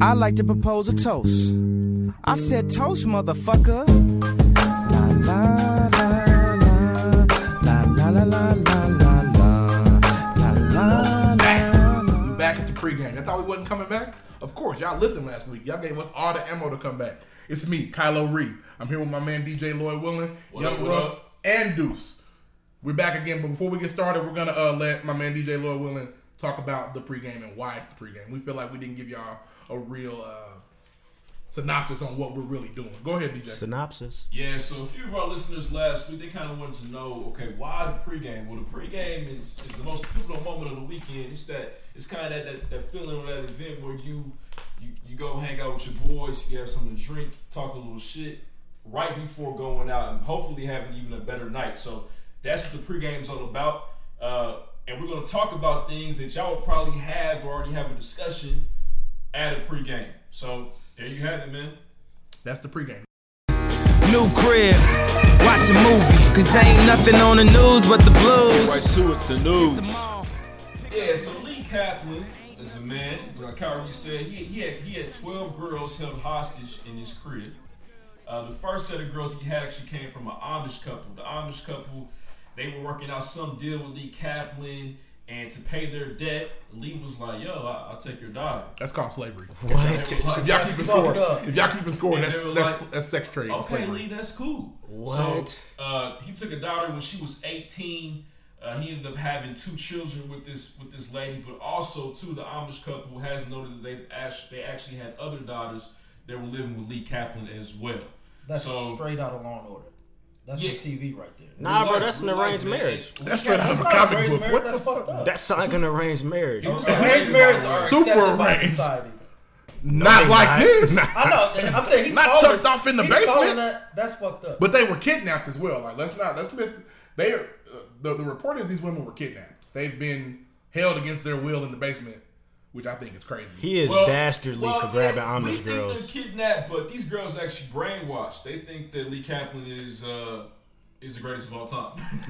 I like to propose a toast. I said, Toast, motherfucker. La la la la. La la la la la la la. La la la la. We back at the pregame. I thought we wasn't coming back. Of course, y'all listened last week. Y'all gave us all the ammo to come back. It's me, Kylo Ree. I'm here with my man DJ Lloyd Willing, What Young up, what Ruff, up? and Deuce. We're back again, but before we get started, we're gonna uh, let my man DJ Lloyd Willing talk about the pregame and why it's the pregame. We feel like we didn't give y'all a real uh, synopsis on what we're really doing. Go ahead, DJ. Synopsis. Yeah, so a few of our listeners last week they kind of wanted to know, okay, why the pregame? Well, the pregame is, is the most pivotal moment of the weekend. It's that it's kind of that, that that feeling or that event where you you you go hang out with your boys, you have something to drink, talk a little shit right before going out, and hopefully having even a better night. So that's what the pregame's all about. Uh, and we're gonna talk about things that y'all will probably have or already have a discussion at a pregame. So there you have it, man. That's the pregame. New crib, watch a movie. Cause ain't nothing on the news but the Right blues. to it, the news. Yeah, so Lee Kaplan is a man, like Kyrie said, he, he, had, he had 12 girls held hostage in his crib. Uh, the first set of girls he had actually came from an Amish couple. The Amish couple, they were working out some deal with Lee Kaplan, and to pay their debt, Lee was like, yo, I, I'll take your daughter. That's called slavery. And they were like, If y'all "That's keeping fucked score, up." if y'all keeping score, And that's they were that's, like, that's sex trade. Okay, slavery. Lee, that's cool. What? So uh, he took a daughter when she was 18. Uh, he ended up having two children with this with this lady, but also too the Amish couple has noted that they've act- they actually had other daughters that were living with Lee Kaplan as well. That's so straight out of Law and Order. That's Yeah. the TV right there. Nah, Real bro, life, that's an real life, arranged man. marriage. That's straight out of a That's not comic arranged book. marriage. What That's the fuck? fucked up. That's like an arranged marriage. He was arranged marriages are Super accepted by arranged. society. Not they like not. this. I know. I'm saying he's Not calling, tucked off in the he's basement. calling That, that's fucked up. But they were kidnapped as well. Like let's not let's miss. They are uh, the the report is these women were kidnapped. They've been held against their will in the basement, which I think is crazy. He is Well- dastardly well, for grabbing yeah, we Amish think girls. they're kidnapped, but these girls are actually brainwashed. They think that Lee Kaplan is uh, is the greatest of all time.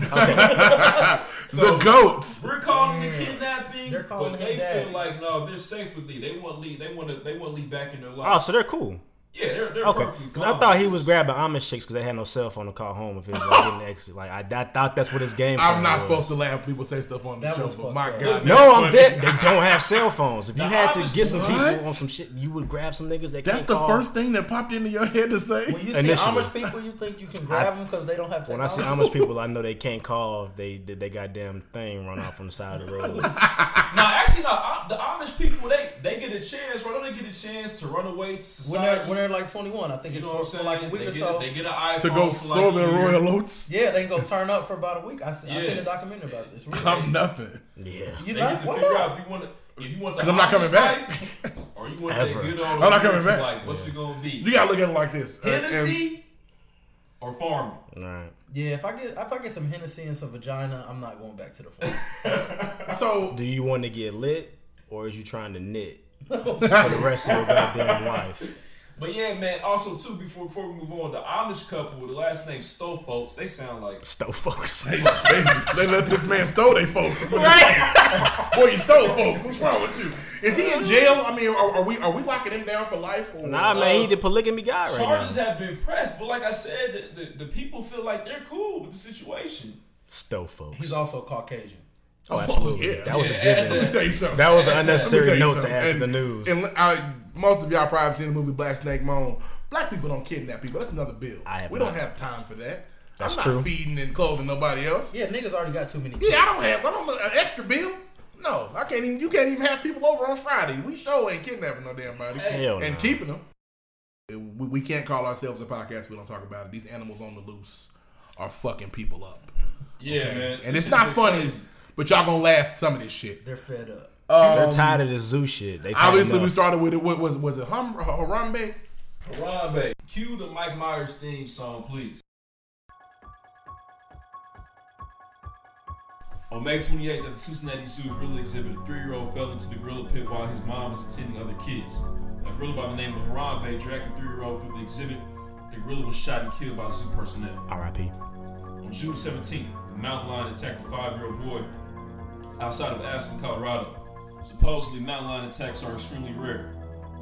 the goats. We're calling it kidnapping, They're calling but him they feel daddy. like no, they're safe with Lee. They want Lee. They want to. They want Lee back in their life. Oh, so they're cool. yeah, they're they're Okay. perfectly 'Cause fine. I thought he was grabbing Amish chicks because they had no cell phone to call home if it was like, getting exit. Like I, I thought that's what his game. I'm plan not was. supposed to laugh. when People say stuff on the That show, was but fucked my up. god, No, that's I'm funny. dead. They don't have cell phones. If you The had to Amish get some what? people on some shit, you would grab some niggas that That's can't the call. first thing that popped into your head to say. when you see initially. Amish people, you think you can grab them because they don't have When I technology. see Amish people, I know they can't call. if They did they goddamn thing run off on the side of the road. No, actually, no. I, the Amish people they they get a chance. Right? Don't they get a chance to run away to when they're, society? when they're like 21, I think you it's know what I'm for, saying? for like a week they, or get, so. they get an iPhone to go for sow like their a year. royal oats. yeah, they go turn up for about a week. I see. I seen Yeah. a documentary about this. Really. I'm nothing. Yeah. you They know, get to why figure not? out if you want to. If you want the 'Cause I'm not Amish coming back. life, or you want Ever. that good old. I'm not coming American back. Like, what's it gonna be? You gotta look at it like this. Uh, and- Hennessy or farming? All right. Yeah, if I get if I get some Hennessy and some vagina, I'm not going back to the farm. so Do you want to get lit or is you trying to knit for the rest of your goddamn life? But yeah, man. Also, too, before before we move on, the Amish couple with the last name Stowe folks, they sound like Stow folks. they, they, they let this man stole they folks. Boy, you stole folks. What's wrong with you? Is he in jail? I mean, are, are we are we locking him down for life? Or? Nah, man, he the polygamy guy right charges now. have been pressed. But like I said, the, the, the people feel like they're cool with the situation. Stow folks. He's also Caucasian. Oh, absolutely. yeah. That was a Yeah, given. and- Let me tell you something. That was an Let me tell unnecessary you note to something. add to And- the news. And I, most of y'all probably seen the movie Black Snake Moan. Black people don't kidnap people. That's another bill. I have we not. don't have time for that. That's I'm not true. feeding and clothing nobody else. Yeah, Yeah, niggas already got too many. I don't have. I don't an extra bill. No, I can't even. You can't even have people over on Friday. We sure ain't kidnapping no damn body Hell and nah. keeping them. We, we can't call ourselves a podcast. We don't talk about it. These animals on the loose are fucking people up, Yeah, man. and it's not funny. But y'all gonna laugh at some of this shit. They're fed up. Uh, They're tired of the zoo shit. They Obviously, found we enough. started with it. What was was it? Hum, Harambe? Harambe, cue the Mike Myers theme song, please. On May 28th at the Cincinnati Zoo, a gorilla exhibit, a three-year-old fell into the gorilla pit while his mom was attending other kids. A gorilla by the name of Harambe dragged the three-year-old through the exhibit. The gorilla was shot and killed by zoo personnel. R.I.P. On June 17th, a mountain lion attacked a five-year-old boy outside of Aspen, Colorado. Supposedly, mountain lion attacks are extremely rare.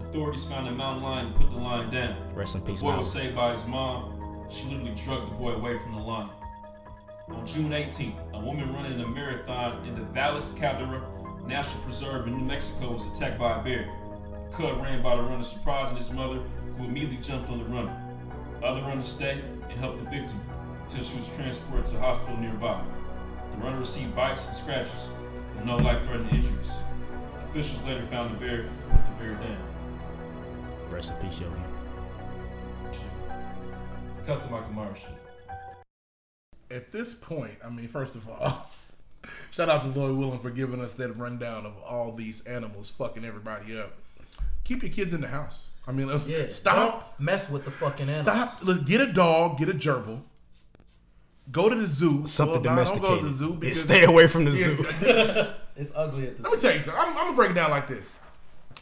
Authorities found a mountain lion and put the lion down. Rest in peace, The boy was Malcolm. saved by his mom. She literally drugged the boy away from the lion. On June 18th, a woman running a marathon in the Valles Caldera National Preserve in New Mexico was attacked by a bear. The cub ran by the runner, surprising his mother, who immediately jumped on the runner. Other runners stayed and helped the victim until she was transported to a hospital nearby. The runner received bites and scratches, but no life-threatening injuries. Officials later found the bear, and put the bear down. Rest in peace, Yogi. Cut the Michael Myers shit. At this point, I mean, first of all, shout out to Lloyd Willing for giving us that rundown of all these animals fucking everybody up. Keep your kids in the house. I mean, let's Yeah. stop. Don't mess with the fucking animal. Stop. Let's get a dog. Get a gerbil. Go to the zoo. Something Well, nah, domesticated. Don't go to the zoo Yeah, because stay away from the zoo. It's ugly at this. Let me tell you something. I'm, I'm gonna break it down like this.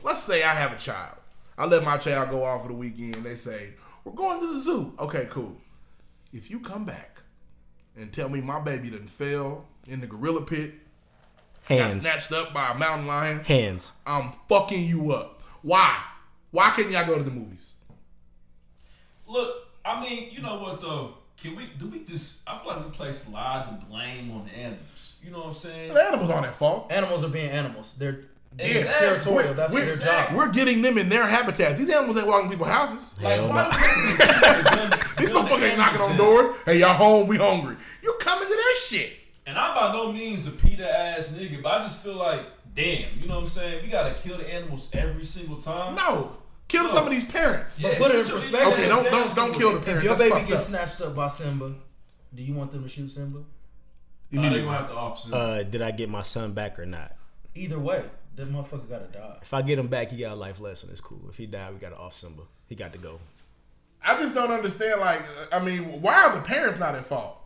Let's say I have a child. I let my child go off for the weekend. They say we're going to the zoo. Okay, cool. If you come back and tell me my baby didn't fell in the gorilla pit, got Hands. snatched up by a mountain lion, Hands. I'm fucking you up. Why? Why can't y'all go to the movies? Look, I mean, you know what though? Can we do we just I feel like we place a lot of the blame on the animals. You know what I'm saying? The animals aren't at fault. Animals are being animals. They're Yeah. it's territorial. That's we're, their job. We're getting them in their habitats. These animals ain't walking people's houses. Like Hell why do we have to gun- to These gun the motherfuckers ain't animals knocking on down? doors. Hey, y'all home? We hungry. You coming to their shit? And I'm by no means a Peter ass nigga, but I just feel like, damn, you know what I'm saying? We gotta kill the animals every single time. No, kill some of these parents. Yeah, put it in sit your idiot perspective. Okay, ass don't down don't don't somewhere. kill the parents. If your That's baby fucked gets up. snatched up by Simba, do you want them to shoot Simba? you Uh, need they to- gonna have to officer. Uh, did I get my son back or not? Either way, that motherfucker gotta die. If I get him back, he got a life lesson. It's cool. If he died, we got to off Simba. He got to go. I just don't understand. Like, I mean, why are the parents not at fault?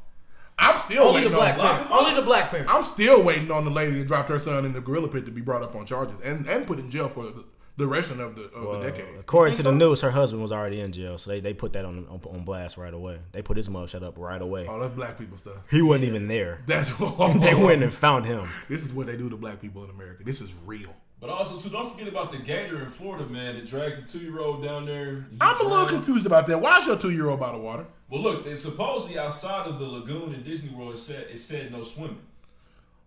I'm still Only the waiting black on. parent. Only the black parent. I'm still waiting on the lady that dropped her son in the gorilla pit to be brought up on charges and, and put in jail for the duration of the of the decade. Uh, According to the news, her husband was already in jail, so they, they put that on, on on blast right away. They put his mugshot up right away. Oh, that's black people stuff. He wasn't even there. That's what They went and found him. This is what they do to black people in America. This is real. But also too, don't forget about the gator in Florida, man, that dragged the two year old down there. He I'm was a little running. confused about that. Why is your two year old bottle water? Well look, they supposedly outside of the lagoon in Disney World it said it said no swimming.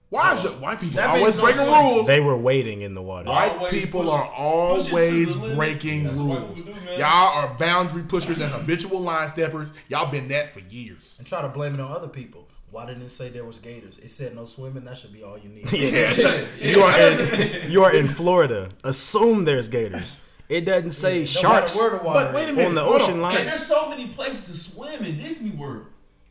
Why is your white people That always makes no breaking sense. rules? They were waiting in the water. White Always people push- are push it to the always limit. breaking That's what rules. we do, man. Y'all are boundary pushers and habitual line steppers. Y'all been that for years. and try to blame it on other people. Why didn't it say there was gators? It said no swimming. That should be all you need. You are in, You are in Florida. Assume there's gators. It doesn't say Don't sharks. gotta worry to water but wait a it. minute. on the hold ocean on. line. And there's so many places to swim in Disney World.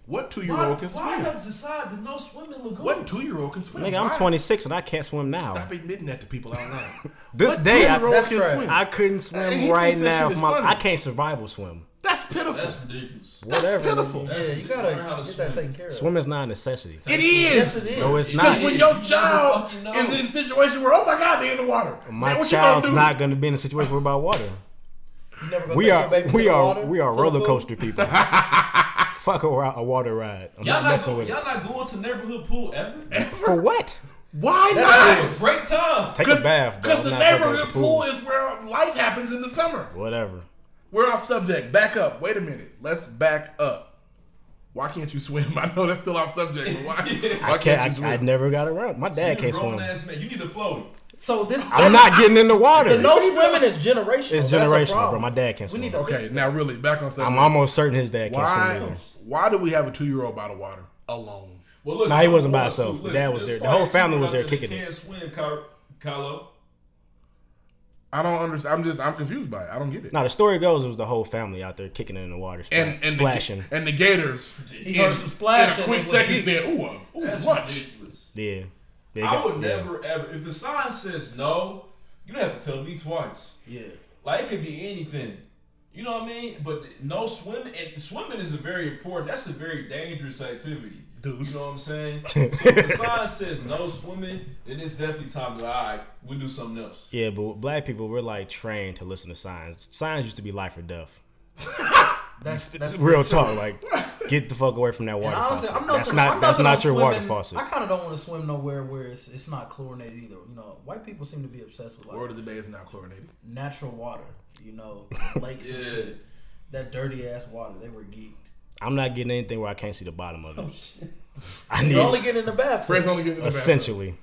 What two year Why, old can why swim? have decided to no swimming lagoon? What two year old can swim? Nigga, I'm Why? 26 and I can't swim now. Stop admitting that to people out loud. This What day, I, two-year-old That's can right. swim? I couldn't Hey, he swim thinks right that now. shit if is my, funny. I can't survival swim. That's pitiful. That's That's, ridiculous. Whatever. pitiful. That's- yeah, you gotta learn how to get swim. that taken care of. Swimming is not a necessity. It is. Yes, it is. No, it's Because when not. your never child fucking know. is in a situation where, oh my God, they're in the water. My Man, what you gonna child's do? not going to be in a situation where about water. You never gonna We take are your baby to we the are water, we are to the roller pool? coaster people. Fuck a, ri- a water ride. I'm Y'all not not, messing go, with y'all it. not going to neighborhood pool ever? For what? Why Have a not? great time. Take a bath. bro. Because I'm the not fucking with neighborhood the pool is where life happens in the summer. Whatever. We're off subject. Back up. Wait a minute. Let's back up. Why can't you swim? I know that's still off subject, but why, why I can't, can't. you I, I swim? never got around. My dad You're a can't swim. grown ass man. You need a floaty. So this I'm not getting in the water. The no swimming is generational. It's That's a generational, problem. bro. My dad can't We swim. need to okay, fix that. now really, back on I'm subject. almost certain his dad can't swim. why, either. why do we have a two year old by the water alone? Well, listen, Nah, he wasn't by one, two, himself. The listen, dad was there's there. The probably whole two family was out there that kicking it. Can't swim, Ky- Kylo. I don't understand. I'm just, I'm confused by it. I don't get it. Now the story goes, it was the whole family out there kicking it in the water, spla- and, and splashing. The, and the Gators. He heard some splash In a and quick it was second geeked. said, ooh, uh, ooh, That's watch. ridiculous. yeah, They I got- would yeah. never ever. If the sign says no, you don't have to tell me twice. Yeah. Like it could be anything. You know what I mean? But no swimming and swimming is a very important. That's a very dangerous activity. Deuce. You know what I'm saying? so if the sign says no swimming, then it's definitely time to all right, we'll do something else. Yeah, but black people we're like trained to listen to signs. Signs used to be life or death. That's that's Real true. talk, like get the fuck away from that And water honestly, faucet. I'm not. that's finna- not I'm that's finna not your swim water in- faucet. I kind of don't want to swim nowhere where it's it's not chlorinated either. You know, white people seem to be obsessed with like Word of the day is not chlorinated. natural water. You know, lakes and Yeah. shit. That dirty ass water. They were geeked. I'm not getting anything where I can't see the bottom of Oh, it. I It's only need getting in the bathtub. Fred's only getting in the bathroom. essentially.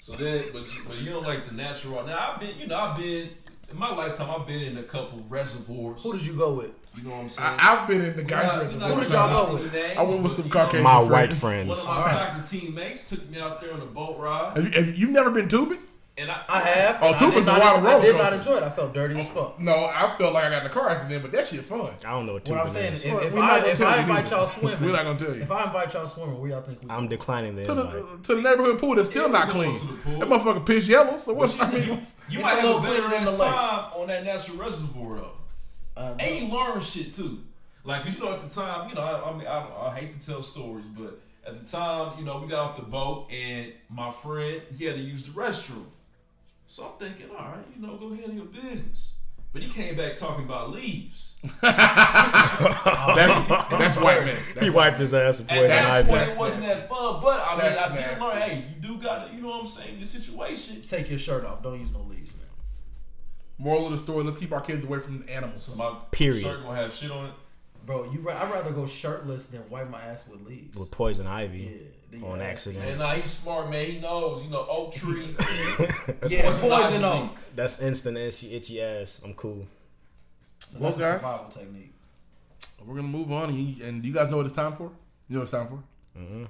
So then, but but you don't like the natural. water. Now I've been, you know, I've been in my lifetime. I've been in a couple reservoirs. Who did you go with? You know what I'm saying? I, I've been in the You're not- guys' you're reservoir. not Who did gonna y'all know go any with? names, I went with but, some you know, Caucasian My white friends. friends. One of my soccer teammates took me out there on a boat ride, Have you, have you, have never been tubing? and I, I have. Oh, and I Tupa's did a not- wild I did roller not coaster. enjoy it. I felt dirty as fuck. No, I felt like I got in a car accident, but that shit fun. I don't know what What tubing I'm saying is, is. Well, if, if we're not I, gonna if tell I you, invite dude. y'all swimming, We're not gonna tell you. If I invite y'all swimming, where y'all think we? I'm declining the To the, invite. to the neighborhood pool that's still Yeah, not we clean. go to the pool. That motherfucker piss yellow, so what's I mean? you It's might a have little a better cleaner in ass the lake. time on that natural reservoir though. Uh, And you learn shit too. Like, 'cause you know, at the time, you know, I, I mean, I, I hate to tell stories, but at the time, you know, we got off the boat and my friend, he had to use the restroom. So I'm thinking, all right, you know, go handle your business. But he came back talking about leaves. That's, that's white man. He wiped his ass with At poison that ivy. point, it wasn't that fun, but I mean, That's I did nasty. learn, hey, you do got to, you know what I'm saying, the situation. take your shirt off. Don't use no leaves, man. Moral of the story: Let's keep our kids away from animals. My Period. shirt gonna have shit on it. Bro, you. Ra- I'd rather go shirtless than wipe my ass with leaves. With poison Yeah, ivy then on you- And accident. nah, he's smart, man. He knows, you know, oak tree. uh, Yeah, Poison ivy. poison oak. That's instant itchy, itchy ass. I'm cool. So Well, that's a guys. survival technique. We're gonna move on, and, you, and do you guys know what it's time for? You know what it's time for? Mm-hmm.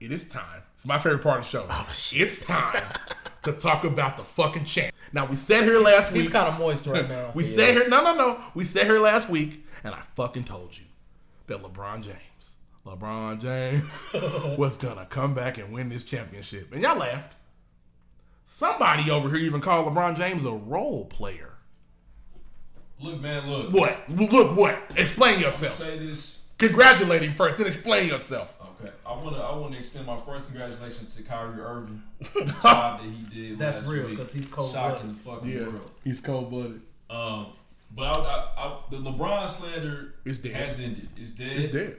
It is time. It's my favorite part of the show. it's time to talk about the fucking champ. Now we sat here last He's week. kind of moist right now. we sat here. No, no, no. We sat here last week, and I fucking told you that LeBron James, LeBron James, was gonna come back and win this championship, and y'all laughed. Somebody over here even called LeBron James a role player. Look, man, look. What? Look what? Explain yourself. Say this Congratulate him first, then explain yourself. Okay, I wanna I wanna extend my first congratulations to Kyrie Irving. for the job that he did. That's last real, week. 'cause he's cold Shocking the fucking world. he's cold blooded. Um, but I, I, I, the LeBron slander It's dead. has ended. It's dead. He's dead.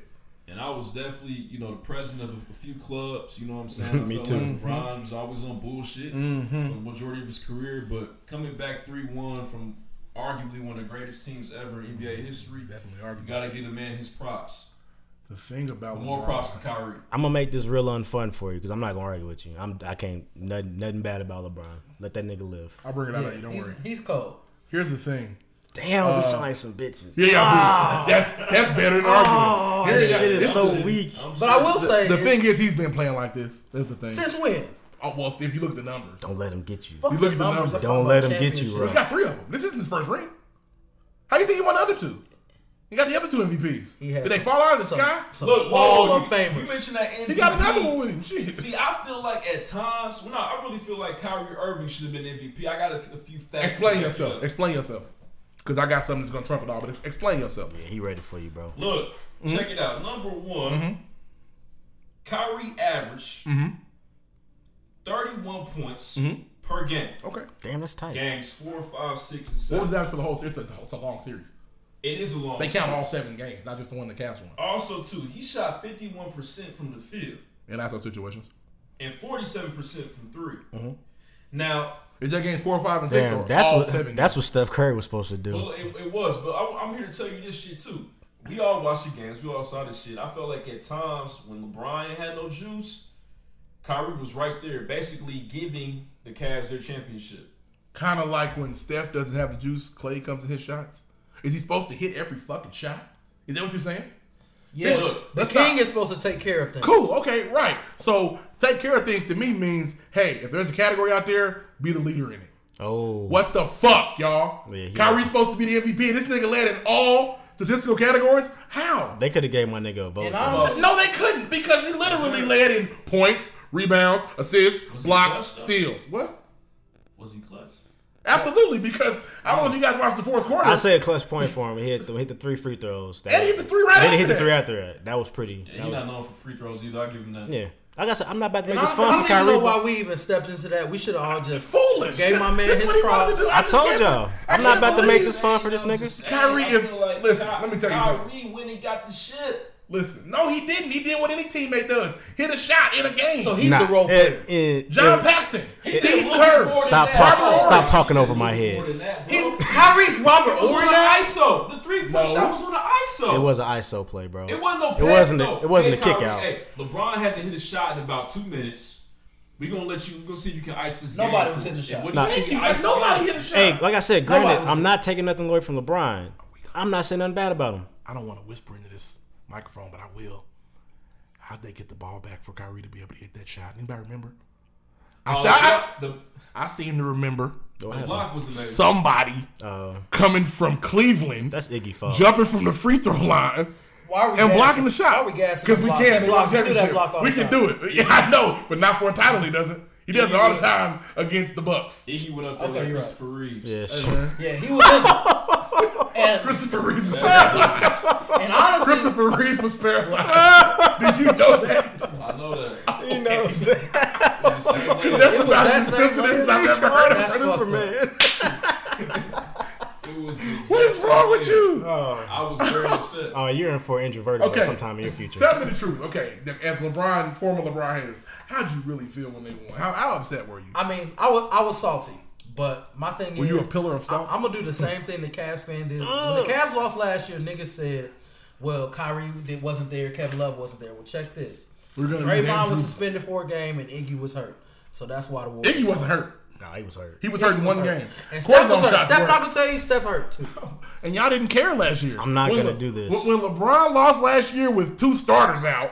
And I was definitely you know the president of a, a few clubs. You know what I'm saying? I Me felt too. Like Mm-hmm. LeBron was always on bullshit for the majority of his career, but coming back three one from arguably one of the greatest teams ever in NBA history. Definitely You arguable. gotta give the man his props. The thing about More LeBron- props to Kyrie. I'm gonna make this real unfun for you because I'm not gonna argue with you. I'm I can't nothing, nothing bad about LeBron. Let that nigga live. I'll bring it out. Yeah, of you, don't he's, worry. he's cold. Here's the thing. Damn, Uh, we signed some bitches. Yeah, yeah, dude. That's that's better than arguing. this Here, shit yeah. is so weak. I'm But I will The, say, the is- thing is, he's been playing like this. That's the thing. since when? oh, well, if you look at the numbers, Don't let him get you. Fuck You look at the numbers. I'm Don't talking let about him get you, championship. bro. he got three of them. This isn't his first ring. How you think he won the other two? He got the other two MVPs. He has Did they some- fall out of the some- sky? some Look, Hall whoa, of Oh, you- You Famers. mentioned that MVP. He got another one with him. Shit. See, I feel like at times, well, no, I really feel like Kyrie Irving should have been MVP. I got a, a few facts. explain to back it yourself. up. Explain yourself. Because I got something that's gonna trump it all. But ex- explain yourself. Yeah, he ready for you, bro. Look, Mm-hmm. check it out. Number one, Kyrie averaged Mm-hmm. 31 points per game. Okay. Damn, that's tight. Games four, five, six, and What seven. was that for the whole? se- It's a, it's a long series. It is a long. They count all seven games, not just the one the Cavs won. Also, too, he shot 51% from the field And that's our situations. and 47% from 3 Mm-hmm. Now, Is that games four, five, and six, Damn, or that's all what seven? that's what Steph Curry was supposed to do. Well, it, it was, but I, I'm here to tell you this shit too. We all watched the games. We all saw this shit. I felt like at times when LeBron ain't had no juice, Kyrie was right there, basically giving the Cavs their championship. kind of like when Steph doesn't have the juice, Clay comes to his shots. Is he supposed to hit every fucking shot? Is that what you're saying? Yeah, Look, the let's king not- is supposed to take care of things. Cool. Okay. Right. So take care of things to me means hey, if there's a category out there, be the leader in it. Oh, What the fuck, y'all? Yeah, he- Kyrie's supposed to be the MVP. This nigga led in all statistical categories. How? They could have gave my nigga a vote. And bro. honestly, No, they couldn't because he literally led in points, rebounds, assists, Was he blocks, clutch, though? steals. What? Was he clutch? Absolutely, because I don't know if you guys watched the fourth quarter. I say a clutch point for him. He hit the, hit the three free throws. That And he hit the three right And then after he hit the that. three after that. That was Yeah, pretty. That he's was- not known for free throws either. I give him that. yeah. Like I said, I'm not about to make And this honestly, fun I for don't even know Kyrie. why we even stepped into that. We should have all just Foolish. gave my man That's his what he wanted props. to do. I just told can't- y'all, I I'm not can't about to make believe- this fun for this nigga. Kyrie I is- feel like listen, Ky- let me tell you Kyrie went and got the shit. Listen, no, he didn't. He did what any teammate does: hit a shot in a game. So he's Nah. the role player. Eh, eh, John eh, Paxson, He Steve did a little Kerr. bit more than Stop that. talking. Robert Stop Ory. talking over my More head. than that, bro. He's It Kyrie's Robert was on Ory the now? ISO. The three point No. shot was on the ISO. It was an ISO play, bro. It wasn't no. Pass, It wasn't. though. A, it wasn't a Hey, kick Kyrie, out. Hey, LeBron hasn't hit a shot in about two minutes. We gonna let you. We gonna see if you can ice this game. Nobody was for hitting us. the shot. What do Nah. you Thank think you. you ice the Nobody game? hit a shot. Hey, like I said, No, I granted, was- I'm not taking nothing away from LeBron. I'm not saying nothing bad about him. I don't want to whisper into this microphone, but I will. How'd they get the ball back for Kyrie to be able to hit that shot? Anybody remember? I, Oh, se- I, the, I seem to remember the Go ahead. block was amazing. somebody Oh. Uh, coming from Cleveland, that's Iggy fault. jumping from the free throw line. Why are And we gassing- blocking the Why shot. are we gassing? Because the we block? can. They Block. block We do that championship. block all We the can time. do it. Yeah, I know, but not for a title. He doesn't. He does it all the time against the Bucks. Iggy went up there Okay, like you're right. Christopher Reeves. Yeah, sh- Yeah, he was in it. and, Christopher Reeves. Was and honestly, Christopher Reeves was paralyzed. Did you know that? I know that. he knows that. It's the same thing. That's It was about that as same insensitive as way. I've ever heard That's of. fucked up. was the What exact is wrong with same thing. you? Oh, I was very upset. uh, you're in for introverted Okay. sometime in your future. Tell me the truth. Okay, as LeBron, former LeBron has, how'd you really feel when they won? How, how upset were you? I mean, I was I was salty, but my thing Were is, you a pillar of salt? I, am gonna do the same thing the Cavs fan did when the Cavs lost last year. Niggas said, "Well, Kyrie did, wasn't there, Kevin Love wasn't there." Well, check this: We're gonna be damn Draymond was truthful. suspended for a game, and Iggy was hurt, so that's why the Warriors. Iggy wasn't lost. hurt. Nah, he was hurt. He was Iggy hurt in was one hurt. game. and Steph was Cortisone hurt. shots Steph, were- not gonna tell you, Steph hurt too. And y'all didn't care last year. I'm not When gonna Le- do this. When, when LeBron lost last year with two starters out,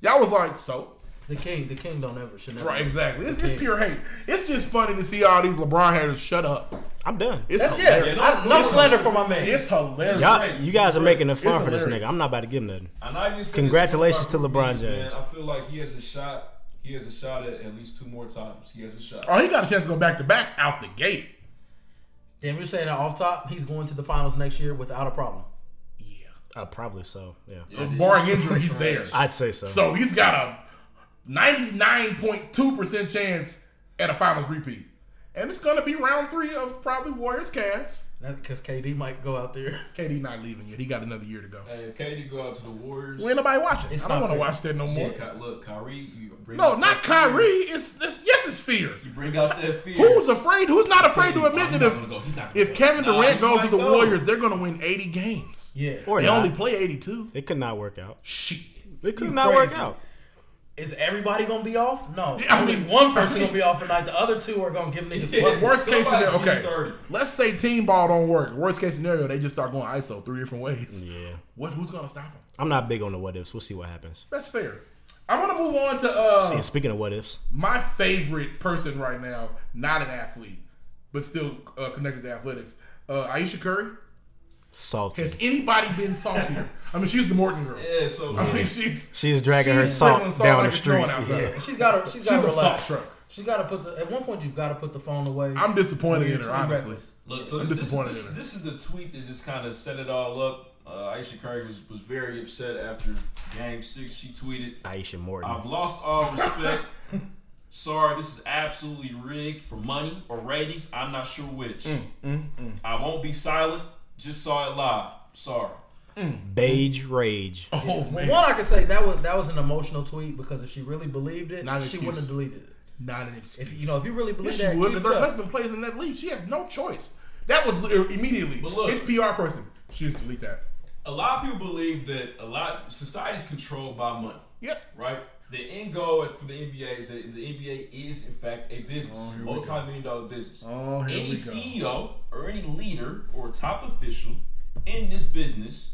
y'all was like, so? The king, the king don't ever should never. Right, exactly. It's, Okay. it's pure hate. It's just funny to see all these LeBron haters shut up. I'm done. It's That's yeah. hilarious. I- no slander for my man. It's hilarious. Y'all, you guys are making it It's fun for this nigga. hilarious. I'm not about to give him nothing. And I used to Congratulations this- to LeBron man, James. I feel like he has a shot. He has a shot at at least two more times. He has a shot. Oh, he got a chance to go back to back out the gate. Damn, you're saying that off top, he's going to the finals next year without a problem. Yeah. Uh, probably so. Yeah, Barring injury, he's there. I'd say so. So he's got a 99.2% chance at a finals repeat. And it's going to be round three of probably Warriors Cavs. Because KD might go out there. KD not leaving yet. He got another year to go. Hey, if KD go out to the Warriors, Ain't nobody watching. It's I don't not want to fair. watch that no more. Look, Ky- look, Kyrie. You bring No, out not that Kyrie. fear. It's, it's yes, it's fear. You bring out that fear. Who's afraid? Who's not afraid to Oh, admit he's that not gonna go. if, He's not gonna if go. Kevin Nah, Durant he goes might to the go. Warriors, they're going to win 80 games. Yeah. or They not. only play 82. It could not work out. Shit. It could You not work crazy. out. Is everybody gonna be off? No. Yeah, I Only mean- one person gonna be off tonight. The other two are gonna give niggas Yeah. buckets. Worst case scenario, Somebody's okay. getting 30. Let's say team ball don't work. Worst case scenario, they just start going ISO three different ways. Yeah, What? Who's gonna stop them? I'm not big on the what ifs. We'll see what happens. That's fair. I want to move on to uh, And speaking of what ifs, my favorite person right now, not an athlete, but still uh, connected to athletics. Uh, Aisha Curry. salty. Has anybody been saltier? I mean, she's the Morton girl. Yeah, so I mean, she's She is dragging her she's sprinkling salt, down like the it's snowing street. outside. She's gotta she's gotta She's a salt relax. truck. She's gotta put the at one point you've gotta put the phone away. I'm disappointed in It's her, honestly. reckless. Look, so I'm this, disappointed This, in her. this is the tweet that just kind of set it all up. Uh, Aisha Curry was, was very upset after Game Six. She tweeted, Aisha Morton. "I've lost all respect. Sorry, this is absolutely rigged for money or ratings. I'm not sure which. Mm, I won't be silent. Just saw it live. Sorry. Beige rage. Oh Well, man, one I can say that was that was an emotional tweet because if she really believed it, Not an she excuse. wouldn't have deleted it. not an excuse. If you know if you really believe Yes, she that, would keep because it her up. husband plays in that league. She has no choice. That was li- er, immediately. But look- it's PR person. She just delete that. A lot of people believe that a lot society's controlled by money, Yep. right? The end goal for the NBA is that the NBA is in fact a business, multi-million dollar business. Oh, here any we go. CEO or any leader or top official in this business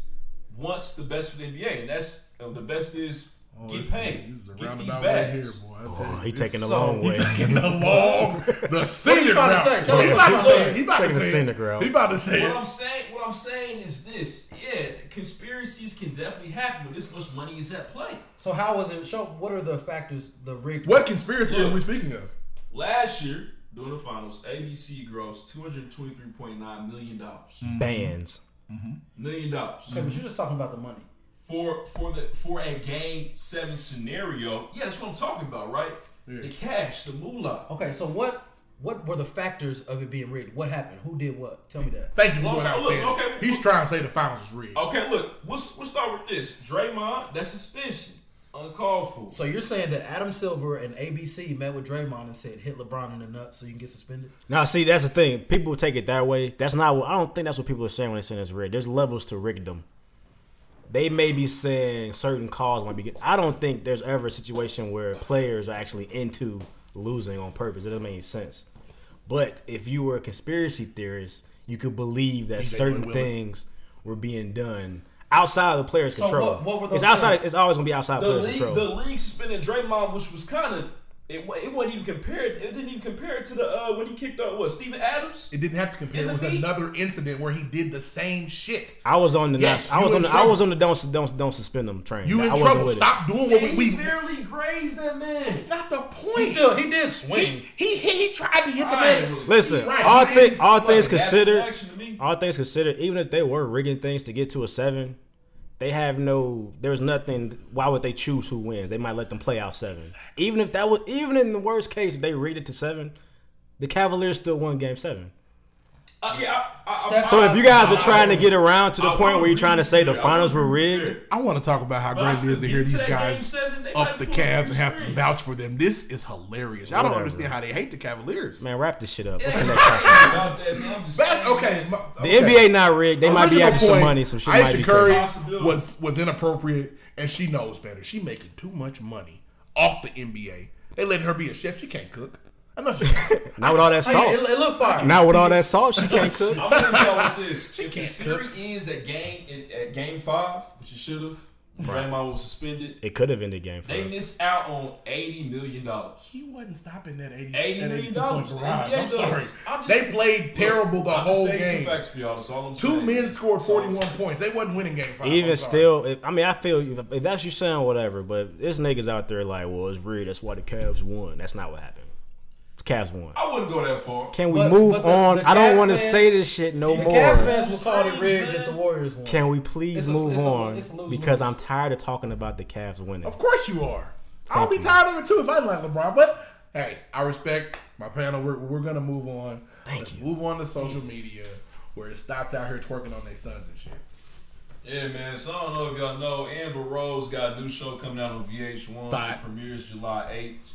wants the best for the NBA, and that's uh, the best is Oh, get paid, get these bags. Oh, he taking the so- long way. Taking the long, the scenic trying to route. say? Tell us He what about you to said. say it. He about to Taking the say it. scenic route. He about to say What I'm it. saying, what I'm saying is this: yeah, conspiracies can definitely happen when this much money is at play. So how was it show what are the factors the rig What conspiracy Look. are we speaking of? Last year, during the finals, ABC grossed two hundred twenty-three Hmm. point nine million dollars. Bands. Million dollars. Okay, but you're just talking about the money. for for the for a game seven scenario. Yeah, that's what I'm talking about, right? The cash, the moolah. Okay, so what what were the factors of it being rigged? What happened? Who did what? Tell me that. Thank you for Well, what I look, said. okay. He's trying to say the finals is rigged. Okay, look, we'll, we'll start with this. Draymond, that suspension, uncalled for. So you're saying that Adam Silver and ABC met with Draymond and said hit LeBron in the nuts so you can get suspended? Now, see, that's the thing. People take it that way. That's not. what I don't think that's what people are saying when they saying it's rigged. There's levels to rigdom. They may be saying certain calls might be. Good. I don't think there's ever a situation where players are actually into losing on purpose. It doesn't make any sense. But if you were a conspiracy theorist, you could believe that DJ certain Willard. things were being done outside of the player's So control. what- what were those it's outside. things? It's always gonna be outside the player's league, control. the league suspended Draymond, which was kind of it. wa- It wasn't even compared. It didn't even compare it to the uh, when he kicked out what Steven Adams. It didn't have to compare. In It the was league. another incident where he did the same shit. I was on the. Yes, not, I you was in on. The, I trouble. was on the don't don't don't suspend them train. You I in wasn't trouble. with it. Stop doing what we, He we. barely grazed that man. Not the point. he did he, he he he tried to hit the Right. man. Listen, Right, all, he thi- is- all Like, things that's considered, reaction to me. all things considered, even if they were rigging things to get to a seven, they have no. There's nothing. Why would they choose who wins? They might let them play out seven. Even if that was, even in the worst case, if they rigged it to seven, the Cavaliers still won Game Seven. Uh, yeah, I, I, Steph- I, So if you guys are I- trying to get around to the I point where wouldn't you're trying to be say the there. I finals were wouldn't be rigged, there. I want to talk about how But I great it still is to hear get to these that game guys seven, they might up the pull Cavs and some have to strings. vouch for them. This is hilarious. Y'all don't Whatever. understand how they hate the Cavaliers. man, wrap this shit up. It What's the ain't next topic? about that, man. I'm just Back, saying, okay, my- okay. The NBA not rigged. They might be Original after some point, money, so shit Aisha might be. Curry Curry. Possibility. was was inappropriate, and she knows better. She making too much money off the NBA. They letting her be a chef. She can't cook. I know she can't. Not with all that Hey, it, salt. it looked fire. Not with all that salt. She can't cook. I'm gonna go with this. if the can't series ends at game in, at game five, which it should have, Draymond was suspended. It could have ended game They five. missed out on eighty million dollars. He wasn't stopping that 80, $80 that million 82 point dollars. barrage. I'm $88 sorry. I'm just- they played terrible the I'm just whole stating some game. Facts for y'all. That's all I'm Two saying. men scored That's all I'm 41 saying. points. They wasn't winning game five. Even I'm sorry. still, if, I mean, I feel you. If that's you saying whatever, but there's niggas out there like, well, it's rigged. That's why the Cavs won. That's not what happened. The Cavs won. I wouldn't go that far. Can we But- move but the- on? the I Cavs don't want to fans- say this shit no The more. Cavs fans will call it rigged if the Warriors won. Can we please It's a- move it's a- on? it's a lose-lose. because I'm tired of talking about the Cavs winning. Of course you are. I'll Thank be you. tired of it too if I like LeBron. But hey, I respect my panel. We're, we're gonna move on. Thank Let's you. move on to social media where it starts out here twerking on their sons and shit. Yeah, man. So I don't know if y'all know, Amber Rose got a new show coming out on VH1. Bye. It premieres July 8th.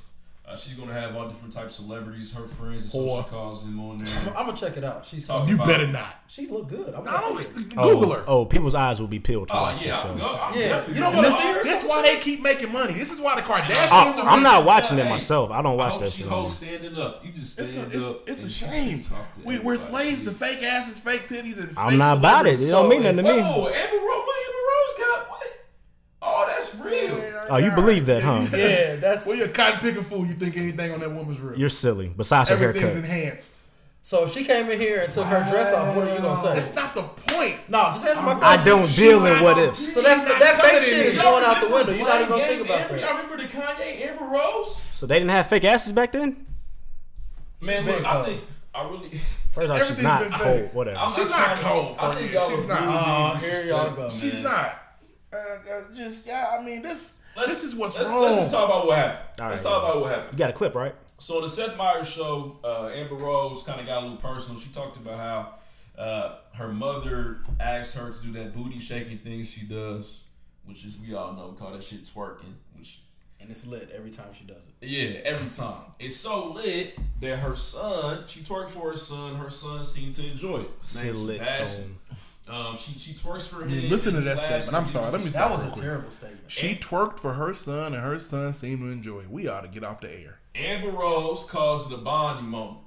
Uh, she's going to have all different types of celebrities, her friends, and Whore. social calls them on there. I'm gonna check it out. She's Talk You about- better not. She looked good. I'm I gonna don't see it. Oh, Google her. Oh, people's eyes will be peeled. To Oh, watch yeah. this I'm, show. I'm Yeah. definitely You don't gonna- wanna I- see her? That's why they keep making money. This is why the Kardashians Oh, are I'm not rich. watching it Hey, myself. I don't watch that She show. host standing up. You just It's stand a, up. it's, it's a and shame. just talk to We, we're everybody. slaves to fake asses, fake titties, and I'm fake not about it. It celebrities. don't mean nothing to Whoa, me. Oh, Amber Rose. What Amber Rose got? What? Oh, that's real. Oh, you believe that, huh? Yeah, that's Well, you're a cotton picking fool. You think anything on that woman's real? You're silly. Besides her Everything's haircut. enhanced. so. If she came in here and took her dress off, what are you gonna say? That's not the point. No, just answer my I question. don't deal in what ifs. So that's She's that not fake coming in shit is here. going out the Y'all window. You're not even gonna remember think about Amber- that. Y'all remember the Kanye Amber Rose? So they didn't have fake asses back then. Man, been look, I cold. think I really. First off, she's Everything's not been fake. cold. Whatever. I'm She's not not trying to- cold. I for think me. y'all She's was not. really Oh, here y'all go, She's man. not. Uh, uh, just yeah. I mean, this. this is what's let's, wrong. Let's just talk about what happened. All let's right. talk about what You happened. got a clip, right? So the Seth Meyers show, uh, Amber Rose kind of got a little personal. She talked about how uh, her mother asked her to do that booty shaking thing she does, which is we all know we call that shit twerking. Which And it's lit every time she does it. yeah, every time it's so lit that her son, she twerked for her son. Her son seemed to enjoy it. His name's Silicone. Sebastian. Um, she she twerks for him. Listen to and he that laughs statement. I'm and sorry. Let me giggles. stop That was real a quick. terrible statement. She twerked for her son, and her son seemed to enjoy it. We ought to get off the air. Amber Rose caused the bonding moment.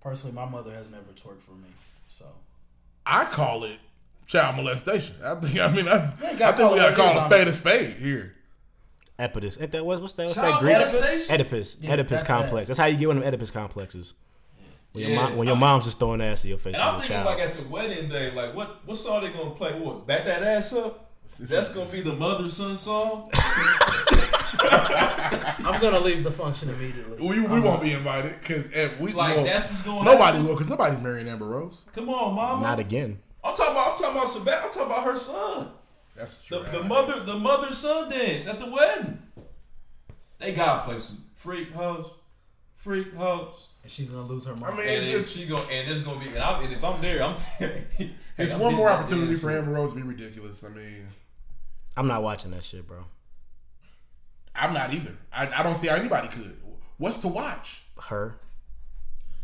Personally, my mother has never twerked for me, so I call it child molestation. I think. I mean, I, I gotta think we call it gotta what it call a is, spade a spade here. Oedipus. Ain't that what, what's that? What's Child that Greek? molestation? Oedipus. Yeah, Oedipus that's complex. ass. That's how you get one of them Oedipus complexes. When your, Yeah. mom, when your mom's just throwing ass in your face. And I'm as a thinking child. like at the wedding day, like what what song they gonna play? What back that ass up? That's gonna be the mother son song. I'm gonna leave the function immediately. We, we won't be invited because we Like well, that's what's going. nobody on. will because nobody's marrying Amber Rose. Come on, mama. Not again. I'm talking about. I'm talking about Sebastian. I'm talking about her son. That's The, true. the mother, the mother son dance at the wedding. They gotta play some freak hoes, freak hoes. And she's gonna lose her I mind. mean, And then it's, she go, and it's gonna be, and, I'm, and if I'm there, I'm. telling you, hey, it's I'm one getting more my opportunity dance. for Amber Rose to be ridiculous. I mean, I'm not watching that shit, bro. I'm not either. I, I don't see how anybody could. What's to watch? Her.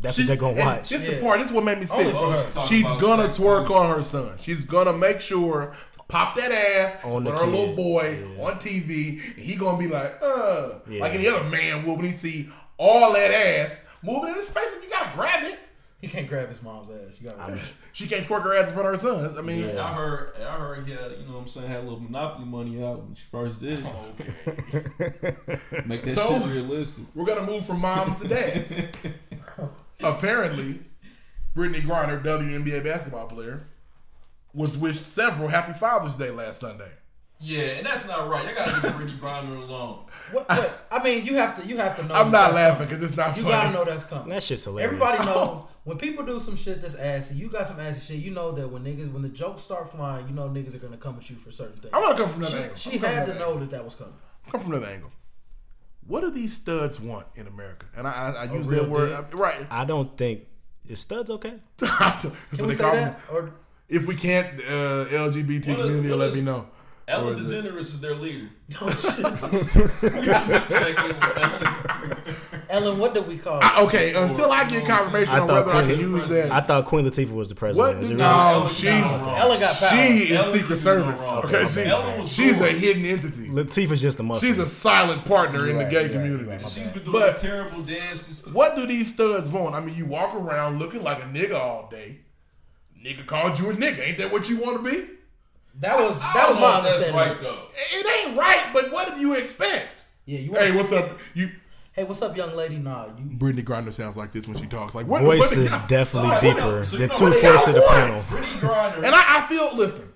That's She's what they're gonna and watch. This is Yeah. the part. This is what made me sick. Oh, she's talking She's about gonna sex, twerk too. on her son. She's gonna make sure to pop that ass On on the her little kid. boy on TV. And he gonna be like, uh, Yeah. like any other man will when he see all that ass moving in his face. If you gotta grab it, He can't grab his mom's ass. You gotta. she can't twerk her ass in front of her son. I mean, Yeah. I heard, I heard he had, you know what I'm saying, had a little Monopoly money out when she first did. Make that So- shit realistic. we're gonna move from moms to dads. Apparently, Brittany Griner, WNBA basketball player, was wished several Happy Father's Day last Sunday. Yeah, and that's not right. I gotta leave Brittany Griner alone. What, what? I mean, you have to. You have to know. I'm not Oh, that's laughing coming. because it's not You funny. gotta know that's coming. That shit's hilarious. Everybody know when people do some shit that's assy. You got some assy shit. You know that when niggas, when the jokes start flying, you know niggas are gonna come at you for certain things. I'm gonna come from another angle. She, she I'm gonna come had from to another know that that was coming. angle. Come from another angle. What do these studs want in America? And I, I, I use real that word dick? I- right. I don't think is studs okay. That's what Can we they say call that? them. Or If we can't, uh, LGBT What is- community, what let is- me know. Ellen Or is it- DeGeneres is their leader. oh shit, Check in with Ellen. Ellen, what did we call? it? I- okay, until I you get know what I'm confirmation on saying? I thought whether I can Queen- use I that. thought Queen Latifah was the president. What? Is it do- really? No, Ellen she's Ellen Ellen got power. she is Ellen Secret did no Service. wrong. Okay, Okay, she, Ellen was she's a cool. hidden entity. Latifah's just a muscle. She's a silent partner in the Right, gay right, community. right. She's been doing But- terrible dances. What do these studs want? I mean, you walk around looking like a nigga all day. Nigga called you a nigga. Ain't that what you want to be? That was I that was don't my know if That's understanding. right though. It it ain't right, but what do you expect? Yeah, you. Hey, Hey, what's up? You what's up, young lady? Nah, you. Brittany Grinder sounds like this when she talks. Like what? Voice what is definitely Sorry, deeper no, so you than know two what they fourths of the got panel. once. Brittany Griner. And I, I feel. Listen,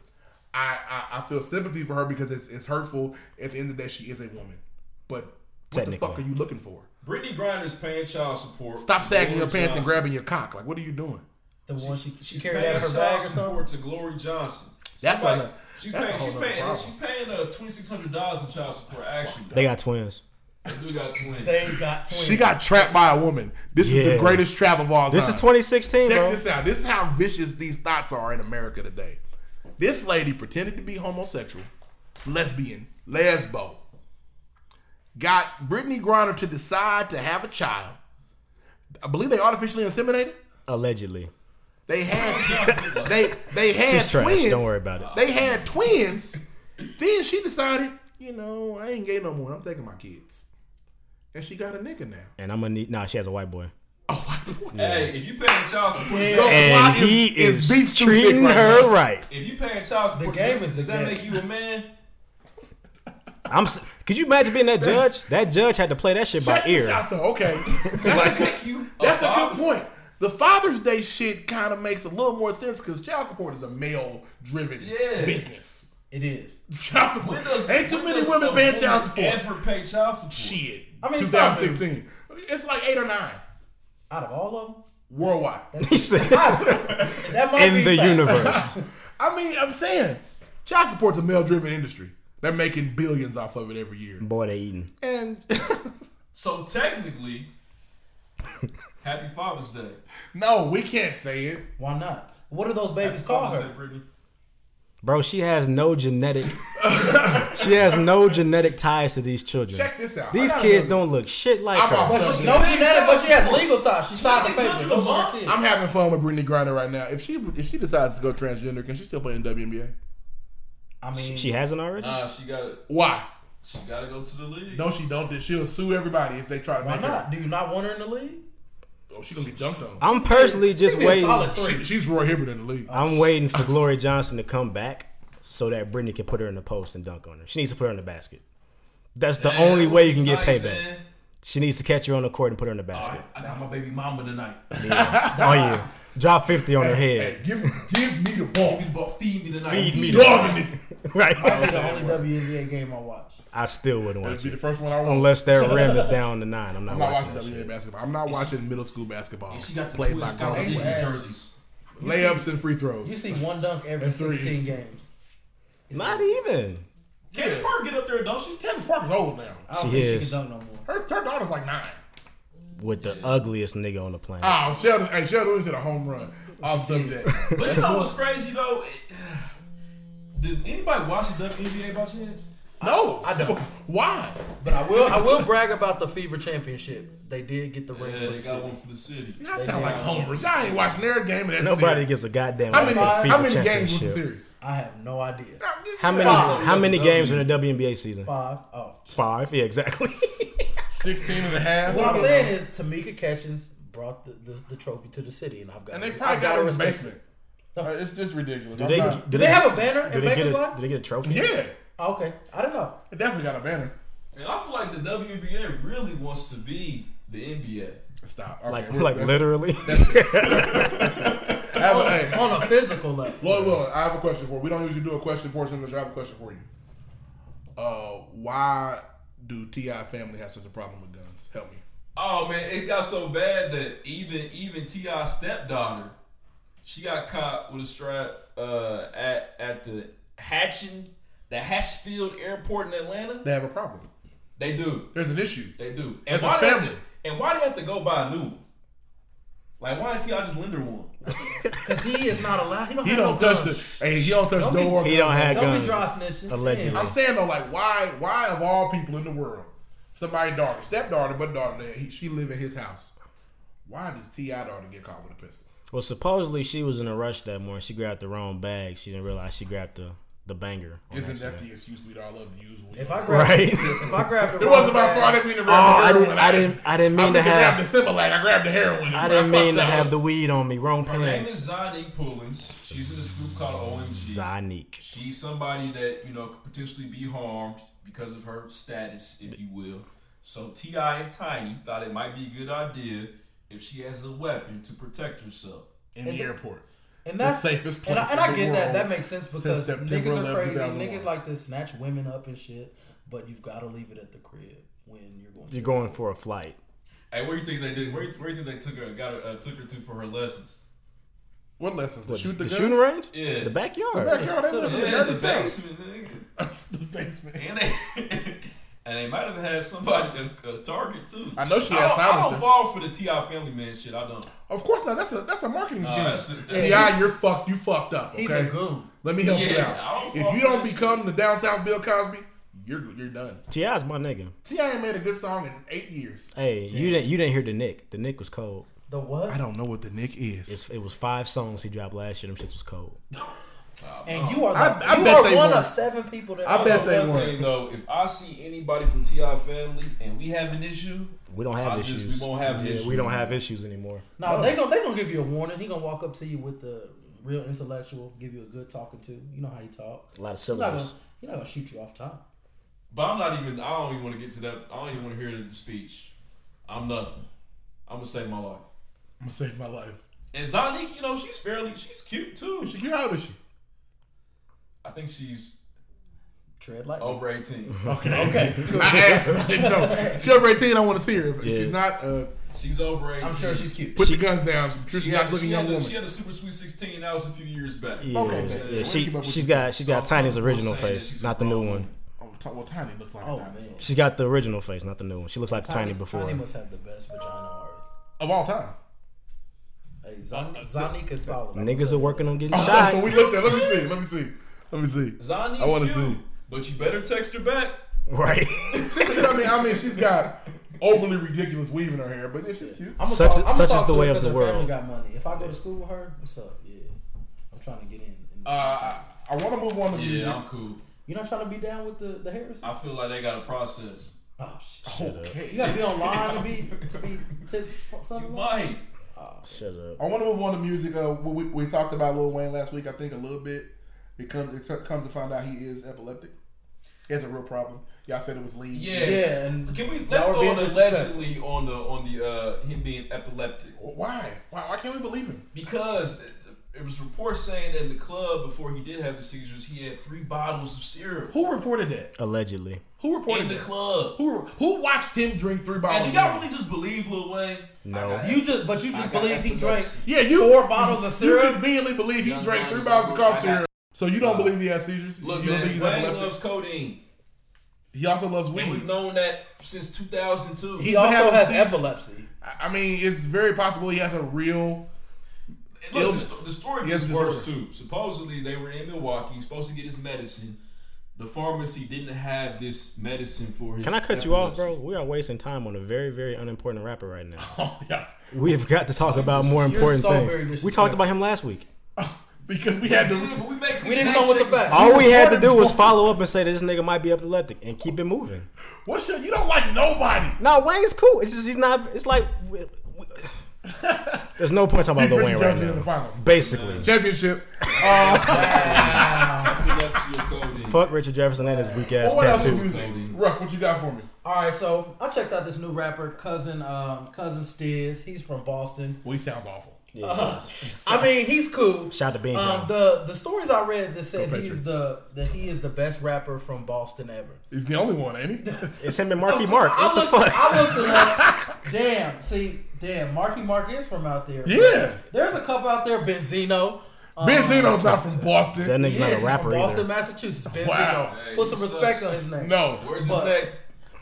I, I I feel sympathy for her because it's it's hurtful. At the end of the day, she is a woman. But what the Technically. fuck are you looking for? Brittany Griner's paying child support. Stop to sagging your Gloria pants and Johnson. grabbing your cock. Like what are you doing? The one she she She's carried paying out her child bag or something. support to Glory Johnson. That's Somebody- not- She's that's a paying. whole She's other paying. problem. She's paying uh, twenty six hundred dollars in child support. Actually, They got twins. they do got twins. They got twins. She got trapped by a woman. This is Yeah. the greatest trap of all time. This is 2016, Check bro. this out. This is how vicious these thoughts are in America today. This lady pretended to be homosexual, lesbian, lesbo. Got Brittany Griner to decide to have a child. I believe they artificially inseminated. Allegedly, They had they they had she's trash. twins. Don't worry about it. They had twins. then she decided, you know, I ain't gay no more. I'm taking my kids. And she got a nigga now. And I'm gonna need. Nah, she has a white boy. Oh, Hey, if you paying child support, Bro, that, And why is- he is is, beef too thick treating right her now? right. if you paying child support, game does- is does the that game. make you a man? I'm. s- Could you imagine being that judge? That judge had to play that shit by Check this ear. out though. Okay, Does that make you? that's a father? good point. The Father's Day shit kind of makes a little more sense because child support is a male-driven Yeah. business. It is. Child support When does- ain't too when many does a women paying woman child support. Ever pay child support? shit, I mean, 2016. It's like eight or nine Out of all of them, worldwide. He said, that might be "In the facts. universe." I mean, I'm saying child support's a male-driven industry. They're making billions off of it every year. Boy, they eating. And So technically, Happy Father's Day. no, we can't say it. Why not? What do those babies Happy call Father's Day, her? Brittany. Bro, she has no genetic. she has no genetic ties to these children. Check this out. These I gotta kids know don't look shit like I'm her. off. Well, she, no, she had it, but she has legal time. She signed the paper. 600 Those a are her month? kids. this. I'm having fun with Brittany Griner right now. If she if she decides to go transgender, can she still play in WNBA? I mean, She hasn't already. Uh, Nah, she got to Why? she got to go to the league. No, she don't. She'll sue everybody if they try to why make not? her. Do you not want her in the league? Oh, she's gonna get dunked on. I'm personally just She'd be a waiting. solid three. She, she's Roy Hibbert in the league. I'm waiting for Gloria Johnson to come back so that Brittany can put her in the post and dunk on her. She needs to put her in the basket. That's the Man, only way you can get tight, payback. man. She needs to catch her on the court and put her in the All basket. right, I got my baby mama tonight. Oh yeah, drop fifty on her Hey, head. give me give me the Give ball. me the ball, feed me tonight. Feed me the Dog in this. Right. That's the only WNBA game I watch. I still wouldn't That'd watch be it the first one I want. unless their rim is down to nine. I'm not, I'm not watching watching, that shit. WNBA basketball. I'm not watching middle school basketball. And she got the Played twin by Scarlet grown Eagles men. ass. jerseys. layups and free You throws. see one dunk every threes. 16 games. Not even. Candace Parker get up there, don't she? Candace Parker's old now. I don't She think she is. can dunk no more. Her, her daughter's like nine. With the ugliest nigga on the planet. Oh, Sheldon, hey, Sheldon hit a home run off subject. But you know what's crazy though? Did anybody watch the NBA by chance? no, I don't. Why? But I will I will brag about the Fever Championship. They did get the ring Yeah, for they got the city. one for the city. Y'all sound like homers. Y'all ain't watching their game. Of that Nobody Series. gives a goddamn. How about many? the FIBA How many games was the championship. series? I have no idea. How many? Five. How many games in the WNBA season? Five. Oh. Five. Yeah, exactly. 16 and a half. What I'm saying is Tamika Catchings brought the, the, the trophy to the city, and I've got and they I've probably got to it in the respect basement. Uh, it's just ridiculous. do I'm they, not- do Do they have a banner do in they get Baker's a, Lot? do they get a trophy? yeah, Oh, okay, I don't know. it definitely got a banner. And I feel like the WBA really wants to be the NBA. Stop. Okay, Like, we're- like that's- literally. I have a- hey, On a physical level, Lloyd Willen, I have a question for you. We don't usually do a question portion, but I have a question for you. Uh, why do Ti family have such a problem with guns? Help me. Oh man, it got so bad that even even Ti stepdaughter, she got caught with a strap uh, at at the Hatchin, the Hatchfield Airport in Atlanta. They have a problem. They do, There's an issue. they do. As a why they have family. to- and why do they have to go buy a new one? Like why didn't Ti just lend her one? because he is not allowed. He don't He have don't no touch the. guns. Hey, he don't touch Don't no be- war he guns. don't have Don't be guns. dry snitching. Allegedly. Damn. I'm saying though, like why? Why of all people in the world, somebody daughter, stepdaughter, but daughter, that he, she live in his house. Why does Ti daughter get caught with a pistol? Well, supposedly she was in a rush that morning. She grabbed the wrong bag. She didn't realize she grabbed the the banger. on Isn't that accident. the excuse we'd all love to use? when we- If I it grab, Right. if I grab the, wrong wasn't my bag- fault. I didn't mean to. Oh, I didn't. I didn't. I didn't mean to grab the have. Similac. I grabbed the heroin. I didn't mean to fucked up. have the weed on me. Wrong Her name pants. is Zani Pullins. She's in this group called OMG. Zonique. She's somebody that you know could potentially be harmed because of her status, if you will. So Ti and Tiny thought it might be a good idea if she has a weapon to protect herself. in the airport. and that's the safest And I, place and in I the get that. world That makes sense because since niggas September are 11, crazy. 2001. Niggas like to snatch women up and shit, but you've got to leave it at the crib when you're going. You're To going for a flight. Hey, where you think they did? Where, you- where you think they took her? Got her, uh, took her to for her lessons? What lessons? To What, shoot the, the gun? shooting range? Yeah, The backyard. Backyard, they live in Yeah, another the cell. basement. nigga. the basement. And they and they might have had somebody a, a target too. I know she I had don't, I silencers. don't fall for the Ti family man shit. I don't. Of course not. That's a that's a marketing Uh, scheme. that's a- that's- yeah, you're fucked. You fucked up. Okay? He's a goon. Let me help you Yeah, I out. don't If fuck you with don't that become the down south Bill Cosby, you're you're done. Ti's my nigga. Ti ain't made a good song in eight years. Hey, you didn't. You didn't hear the Nick. The Nick was cold. The what? I don't know what the Nick is. It's, it was five songs he dropped last year. Them shits was cold. And you are the, I- I you bet are they one were. of seven people that I I bet know. they One were. thing though, if I see anybody from Ti family and we have an issue, We don't have I just- issues. we won't have yeah, issues. We don't have issues anymore. Now they gonna they gonna give you a warning. He gonna walk up to you with the real intellectual, give you a good talking to. You know how he talk. A lot of He's not syllables. gonna he's not gonna shoot you off top. But I'm not even. I don't even want to get to that. I don't even want to hear the speech. I'm nothing. I'm gonna save my life. I'm gonna save my life. And Zonique, you know, she's fairly. She's cute too. She, how old is she? I think she's Tread lightly. over 18. Okay, okay. I asked. I didn't know. She's over 18. I want to see her. If Yeah. she's not, uh, She's over 18. I'm sure she's cute. put the guns down. I'm sure She she's had, not looking she, young had the, woman. she had the Super Sweet 16. That was a few years back. Yeah, Okay, yeah, man. yeah, We'll keep She up with she's you. got she's got So, Tiny's I'm original saying that face, she's not a the new grown one. Oh, Ti- well, Tiny looks like Oh a man, dinosaur She's got the original face, not the new one. She looks like Tiny, before. Tiny must have the best vagina on earth. of all time. Hey, Zon- Zonique is solid. I'm Niggas are telling working on getting Oh, shots. so we looked at. Let me see. Let me see. Let me see. Zoni's I wanna cute. see. But you better text her back. Right. She's- I mean, I mean, she's got overly ridiculous weave in her hair, but yeah, she's cute. I'm gonna Such- talk, I'm gonna such talk is the to way her of 'cause the her Family world. got money. If I go to school with her, what's up? Yeah, I'm trying to get in. Uh, I, I want to move on to music. Yeah, I'm cool. You're not trying to be down with the the Harrisons. uh, I feel like they got a process. oh shit. okay. You gotta be online to be to be to fuck You something. might. Shut up. I want to move on to music. Uh, we, we we talked about Lil Wayne last week. I think a little bit. It comes it comes to find out he is epileptic. He has a real problem. Y'all said it was lean. Yeah. Yeah, and Can we let's Y'all were go being on disrespectful. allegedly on the on the uh him being epileptic. Why? Why? Why can't we believe him? Because it was reports saying that in the club before he did have his seizures, he had three bottles of syrup Who reported that? Allegedly. Who in reported the that? club. Who who watched him drink three And bottles? do of y'all wine? really just believe Lil Wayne? No. You just but you just got believe he drank epilepsy. yeah, you four bottles of You syrup. conveniently believe he Young drank man, three bottles of cough I got- syrup. So you don't believe he has seizures? Look, you don't man, he's Wayne epileptic? loves codeine. He also loves weed. And we've known that since 2002. He- He He's been also having has seizures. epilepsy. I I mean, it's very possible he has a real. And look, the, illness. sto- the story He has gets a worse disorder. too. Supposedly they were in Milwaukee, he's supposed to get his medicine. The pharmacy didn't have this medicine for his. Can I cut you off, bro? epilepsy. We are wasting time on a very, very unimportant rapper right now. Oh yeah, We've got to talk about more you're important so very things. We talked disrespectful. about him last week. because we had Yeah, to. but we, make, We didn't come with the facts. All we had to important do was boy. follow up and say that this nigga might be epileptic and keep it moving. What's your? You don't like nobody. No, Wayne is cool. It's just he's not. It's like we- we- there's no point talking He about Lil really Wayne does right it in the now. finals. Basically, Championship. Uh, Epilepsy or codeine. fuck Richard Jefferson and his weak ass what else in tattoo. music? Ruff, what you got for me? All right, so I checked out this new rapper, cousin, um, cousin Stiz. He's from Boston. Well, he sounds awful. I mean, he's cool. Shout to Bean Um, John. the the stories I read that said Go he's Patriots. the that he is the best rapper from Boston ever. He's the only one, ain't he? It's him and Marky Mark. What the looked, fuck? I looked it up. damn, see, damn, Marky Mark is from out there. Yeah. There's a couple out there, Benzino. Um, Benzino's not from That Boston. nigga's yes, not he's a rapper from Boston, either. Massachusetts. Benzino. Wow. Hey, Put some he respect sucks. on his name. No. Where's his But- neck?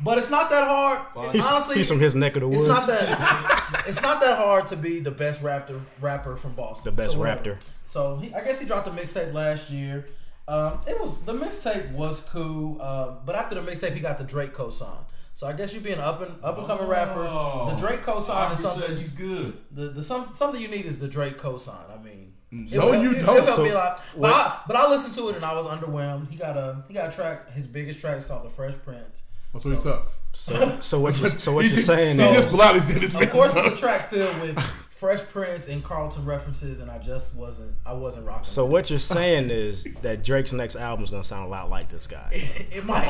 But it's not that hard. He's, Honestly, he's from his neck of the woods. It's not that. it's not that hard to be the best rapper rapper from Boston. The best So whatever. raptor. So he, I guess he dropped a mixtape last year. Um, it was the mixtape was cool, uh, but after the mixtape, he got the Drake cosign. So I guess you being up and up and Oh. coming rapper, the Drake cosign is Doctor said something. He's good. The, the some something you need is the Drake cosign. I mean, Mm. it No, helped- you it- don't. It helped me So a lot. But I, but I listened to it and I was underwhelmed. He got a he got a track. His biggest track is called the Fresh Prince. So he sucks. So, so what you so what He you're just- saying He just is blatantly said this Of course, it's a track filled with Fresh Prince and Carlton references, and I just wasn't. I wasn't rocking. so what you're saying is that Drake's next album is gonna sound a lot like this guy. it, It might,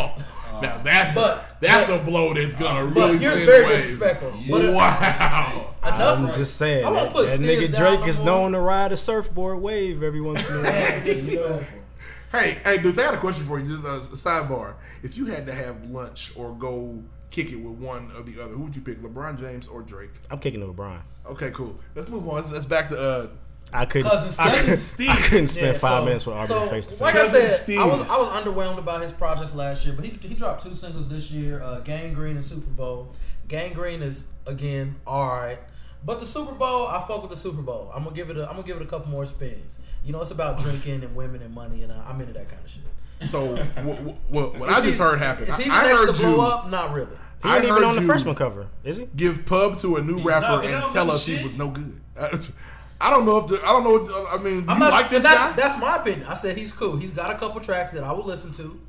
now that's But- that's a blow that's gonna but really. you're send very waves. disrespectful. But Wow. enough. I'm just saying I'm gonna that, put that Stiz nigga down Drake is no more. known to ride a surfboard wave every once in a while. Hey, hey, dudes, I got a question for you. Just a s- sidebar. If you had to have lunch or go kick it with one or the other, who would you pick, LeBron James or Drake? I'm kicking it with Brian. Okay, cool. Let's move on. Let's, let's back to uh, I couldn't. Cousin I Steve. couldn't, I couldn't Yeah, spend five so- minutes with Aubrey so, face to face. Like I said, Cousin I was Steez. I was underwhelmed about his projects last year, but he, he dropped two singles this year: uh, "Gang Green" and "Super Bowl." "Gang Green" is again all right, but the Super Bowl, I fuck with the Super Bowl. I'm gonna give it. A, I'm gonna give it a couple more spins. You know, it's about drinking and women and money, and uh, I'm into that kind of shit. so what, what, what Is I he- just heard happen. Is he the I, I next heard to blow you up? Not really. He I ain't even heard on the you- first one cover, is he? give pub to a new not, rapper but I and don't tell give a us he shit. was no good. I don't know if the, I don't know. What, I mean, do I'm you not, like this that's, guy? That's my opinion. I said he's cool. He's got a couple tracks that I would listen to.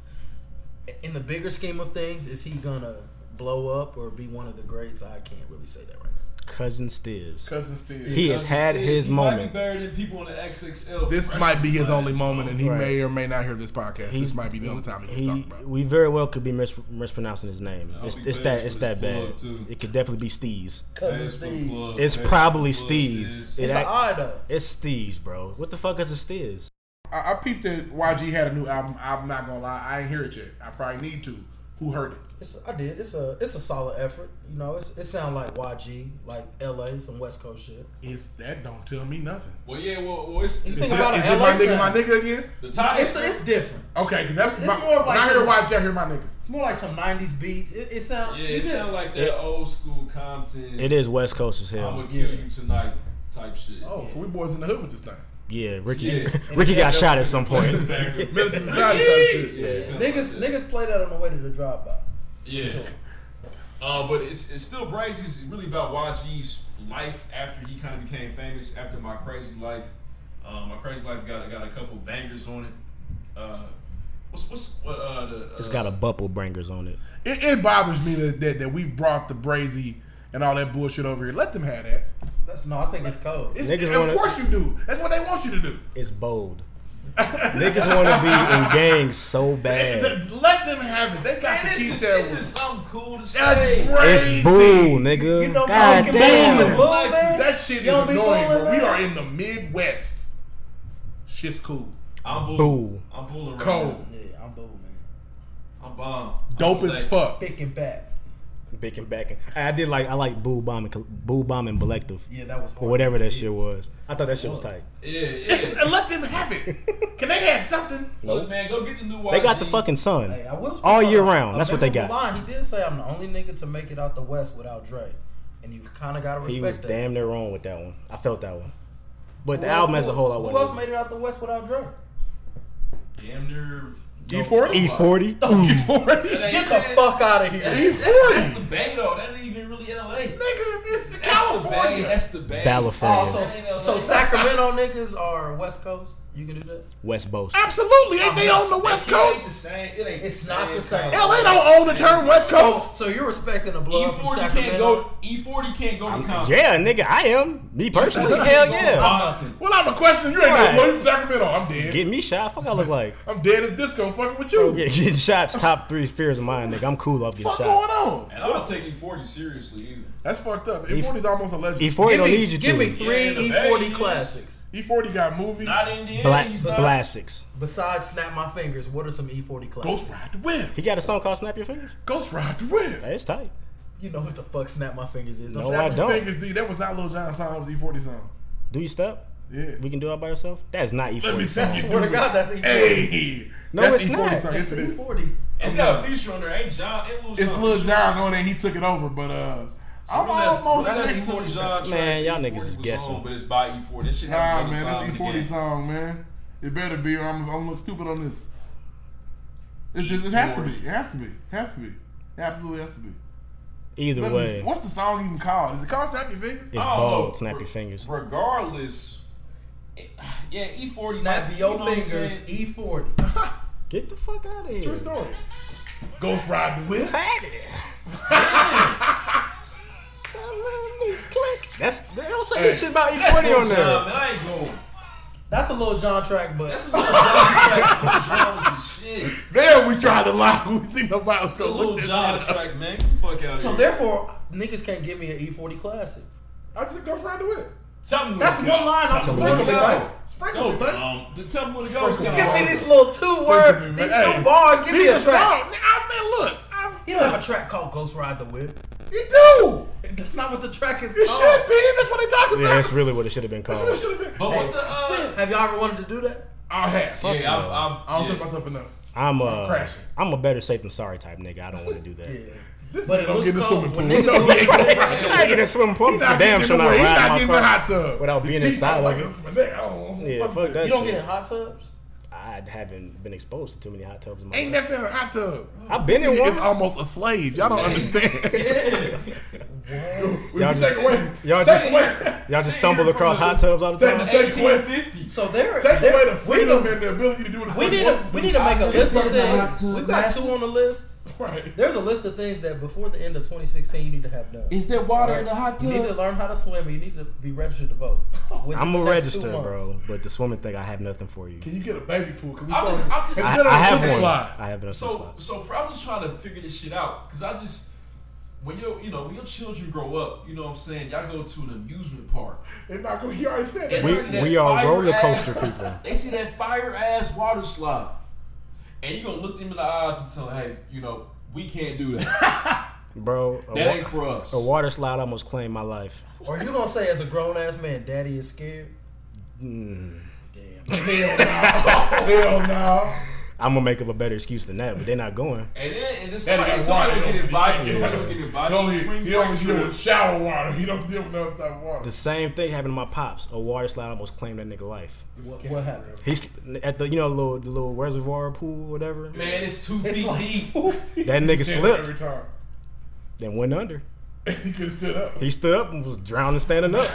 In the bigger scheme of things, is he gonna blow up or be one of the greats? I can't really say that right now. Cousin Stiz. Cousin Steve. He has Doctor had said his he Might moment. be buried in people on the XXL. this freshman might be his class, only so- moment, and he Right. may or may not hear this podcast. this might be the only time he's talking He, about. it. we very well could be mis- mispronouncing his name. I'll It's, be it's bad that. for It's this that plug, bad. too. It could definitely be Steez. Cousin Pass for Steve. plug, It's pass for probably plug, Steez. Steez. It It's an act- eye though. it's Steez, bro. What the fuck is a Steez? I, I peeped that YG had a new album. I'm not gonna lie, I ain't hear it yet. I probably need to. Who heard it? It's, I did. It's a it's a solid effort. You know, it's, it sound like YG, like LA, some West Coast shit. It's that don't tell me nothing. Well, yeah, well, well it's, You Is, think it, about is an it LA my nigga, sound. my nigga again? the top. It's, it's different. Okay, because that's It's my, more of when like I hear some- YG, I hear my nigga. More like some '90s beats. It, it sound yeah, you it did- sound like that old school Compton. It is West Coast as I'm hell. gonna kill you tonight type shit. Oh, so we boys in the hood with this thing. Yeah, Ricky. Yeah. Ricky got shot at some Back point. up. yeah, Medicine Society type shit. it sound like Niggas that. niggas play that on the way to the drive by. Yeah. Uh, but it's, it's still Brazy is really about YG's life after he kind of became famous after My Crazy Life. Um, My Crazy Life got got a couple bangers on it. Uh, what's what's what uh the uh, It's got a bubble bringers on it. It, it bothers me that, that that we've brought the brazy and all that bullshit over here. Let them have that. That's no, I think it's cold. It's, Niggas of wanna- course you do. That's what they want you to do. It's bold. Niggas want to be in gangs so bad. Th- Let them have it. They got to Man, this keep is, their. this is something cool to That's say. brazy. It's boo, nigga. You know, God Malcolm damn X it. was bull, man. That shit is You don't annoying, be bro. fooling, We man. are in the Midwest. Shit's cool. I'm bull. Boo. I'm bulling right Cold. now. Yeah, I'm bull, man. I'm bomb. I'm Dope black. as fuck. Thick and back. Bacon backing. I I did like I like Boo Bomb and Col- Boo Bomb and Collective Yeah, that was or whatever that shit was. I thought that shit was tight. Yeah, yeah. And let them have it. Can they have something? Look, man, go get the new YG. They got the fucking sun Hey, I will speak all on year a- round. a That's what they memorable got. Line. He did say, "I'm the only nigga to make it out the West without Dre," and you kind of gotta respect He was that. damn near wrong with that one. I felt that one. But the Who- album as a whole, I Who else wasn't. made it out the West without Dre? Damn near. E E40? E40. Oh, E40? That ain't- Get the that ain't- fuck E out that of here. ain't- that- That's the bay though. That ain't even really LA. Nigga, this is That's the bay. California. That's the bay. California. Also, so Sacramento niggas are West Coast. You can do that. West Boast. Absolutely. Ain't they on the West It ain't the Coast? same. It ain't It's not the same. LA don't own the term West So, Coast. so you're respecting the E blood from E40 Sacramento. E can't go. E40 E can't go to Compton. Yeah, nigga, I am. Me personally, hell yeah. Compton. Well, I'm a question. You ain't Right. no from Sacramento. I'm dead. Get me shot. Fuck, I look like. I'm dead as disco fucking with you. Yeah, getting shots. Top three fears of mine, nigga. I'm cool off getting Fuck shot. going on? And I don't take E40 E seriously either. That's fucked up. E E40's almost a legend. E40 Give don't me, need you give me to. three Yeah, the E40 Vegas. classics. E40 got movies. Not Indiana. Black he's not. Blastics. Besides Snap My Fingers, what are some E40 Ghost classics? Ride the Wind. He got a song called Snap Your Fingers. Ghost Ride the Wind. Hey, It's tight. You know what the fuck Snap My Fingers is. No, Don't- Oh, I Snap your don't. Fingers, D. That was not Lil Jon's song. That was E40 song. Do you step? Yeah. We can do it all by yourself. That is not Let me E40. see you swear to do God, it. that's E40. Hey. No, that's E it's E40 not. song. Yes, It's it is. E40. It's got a feature on there. Ain't John. Ain't Lil It's Jon. Lil Jon on there. He took it over, but uh, I'm That's- almost that's E there. E40 John. Man, y'all E40 niggas is E was guessing. on, but it's by E40. That shit Nah, happens man, E all the that's E40 time in the game. song, man. It better be, or I'm, I'm gonna look stupid on this. It's just, it has to be. It has to be. It has to be. It absolutely has to be. Either Let me see. Oh. way, What's the song even called? Is it called Snap Your Fingers? it's I don't know. called Snap Re- Your Fingers. Oh, Regardless, it- yeah, E40. might Snap be- your you know what I'm fingers, E saying? E40. Get the fuck out of here. True story. Ghost Ride the Wind. That's they don't say shit about That's E40 on Lil Jon, there. man. I ain't going. That's a little John track, but That's a little John track. Lil Jon was the shit. There we tried to lie. We think about It's a so little look this John up. track, man. Get the fuck out of so here. therefore niggas can't give me an E40 classic. I just Ghost Ride the Wind. Tell me That's where to one go. line I'm Tell me supposed where to to like. go. Sprinkle Go, me, baby. um, to tell me where to go. It's Give me kind these little two word, man. these Hey. two bars. Give me These a are track. songs. I mean, look. I, He don't have a track called Ghost Ride the Whip. You do. That's not what the track is It called. should be. and That's what they talking Oh. Yeah, Oh, about. that's really what it should have been It called. should have been. But what's the uh? Have y'all ever wanted to do that? I'll have. Yeah, I've, no. I've, I don't yeah. trust myself enough. I'm a crashing. I'm a better safe than sorry type nigga. I don't want to do that. This But nigga it don't looks get in the cold. swimming pool. When No, niggas he do it, ain't gonna- I'm not getting a swimming pool. he I'm not damn getting in sure the not way. He not riding getting in my the hot car. tub. without It's being deep. inside I'm like like, it. "Look at my neck. I don't- Yeah, fuck fuck it." that You You don't shit. get in hot tubs. I haven't been exposed to too many hot tubs in my Ain't life. never been in a hot tub. I've been in It's one. almost a slave. Y'all don't understand. Y'all Y'all just- take away, y'all take just- away, Y'all just Sitting stumble here from across the- hot tubs all the time. take away, 1850. So there, take there away the we need, freedom to- and the ability to do what the we fuck need you to want we to need to make a I list of think it's things. not We've got too two on the list. do. Right. There's a list of things that before the end of 2016 you need to have done. Is there water in the hot You need to tub? learn how to swim. and You need to be registered to vote. Within I'm a the next two register, months. bro, but the swimming thing, I have nothing for you. Can you get a baby pool? Can we I'm start- just- I'm just- It's I, been a I have slip one. slide. I have nothing. So, so for, I'm just trying to figure this shit out because I just when your you know when your children grow up, you know what I'm saying, y'all go to an amusement park. It's not gonna- He already said And We- they it. see that we are fire roller ass- coaster people. They see that fire ass water slide, and you gonna look them in the eyes and tell, them, hey, you know, we can't do that. bro, a, That wa- ain't for us. a water slide almost claimed my life. Or you gonna say as a grown ass man, daddy is scared? Damn. Hell no. I'm gonna make up a better excuse than that, but they're not going. And then and then That somebody, nigga somebody wild. gonna get invited. Yeah. Somebody gonna get You invited. don't, to spring you don't break deal trip. with shower water. You don't deal with no type of water. The same thing happened to my pops. A water slide almost claimed that nigga life. What, what happened? He's at the you know little the little reservoir pool, whatever. Man, it's two It's feet like- deep. That nigga Stand up every slipped, time. then went under. He could have stood up. He stood up and was drowning standing up.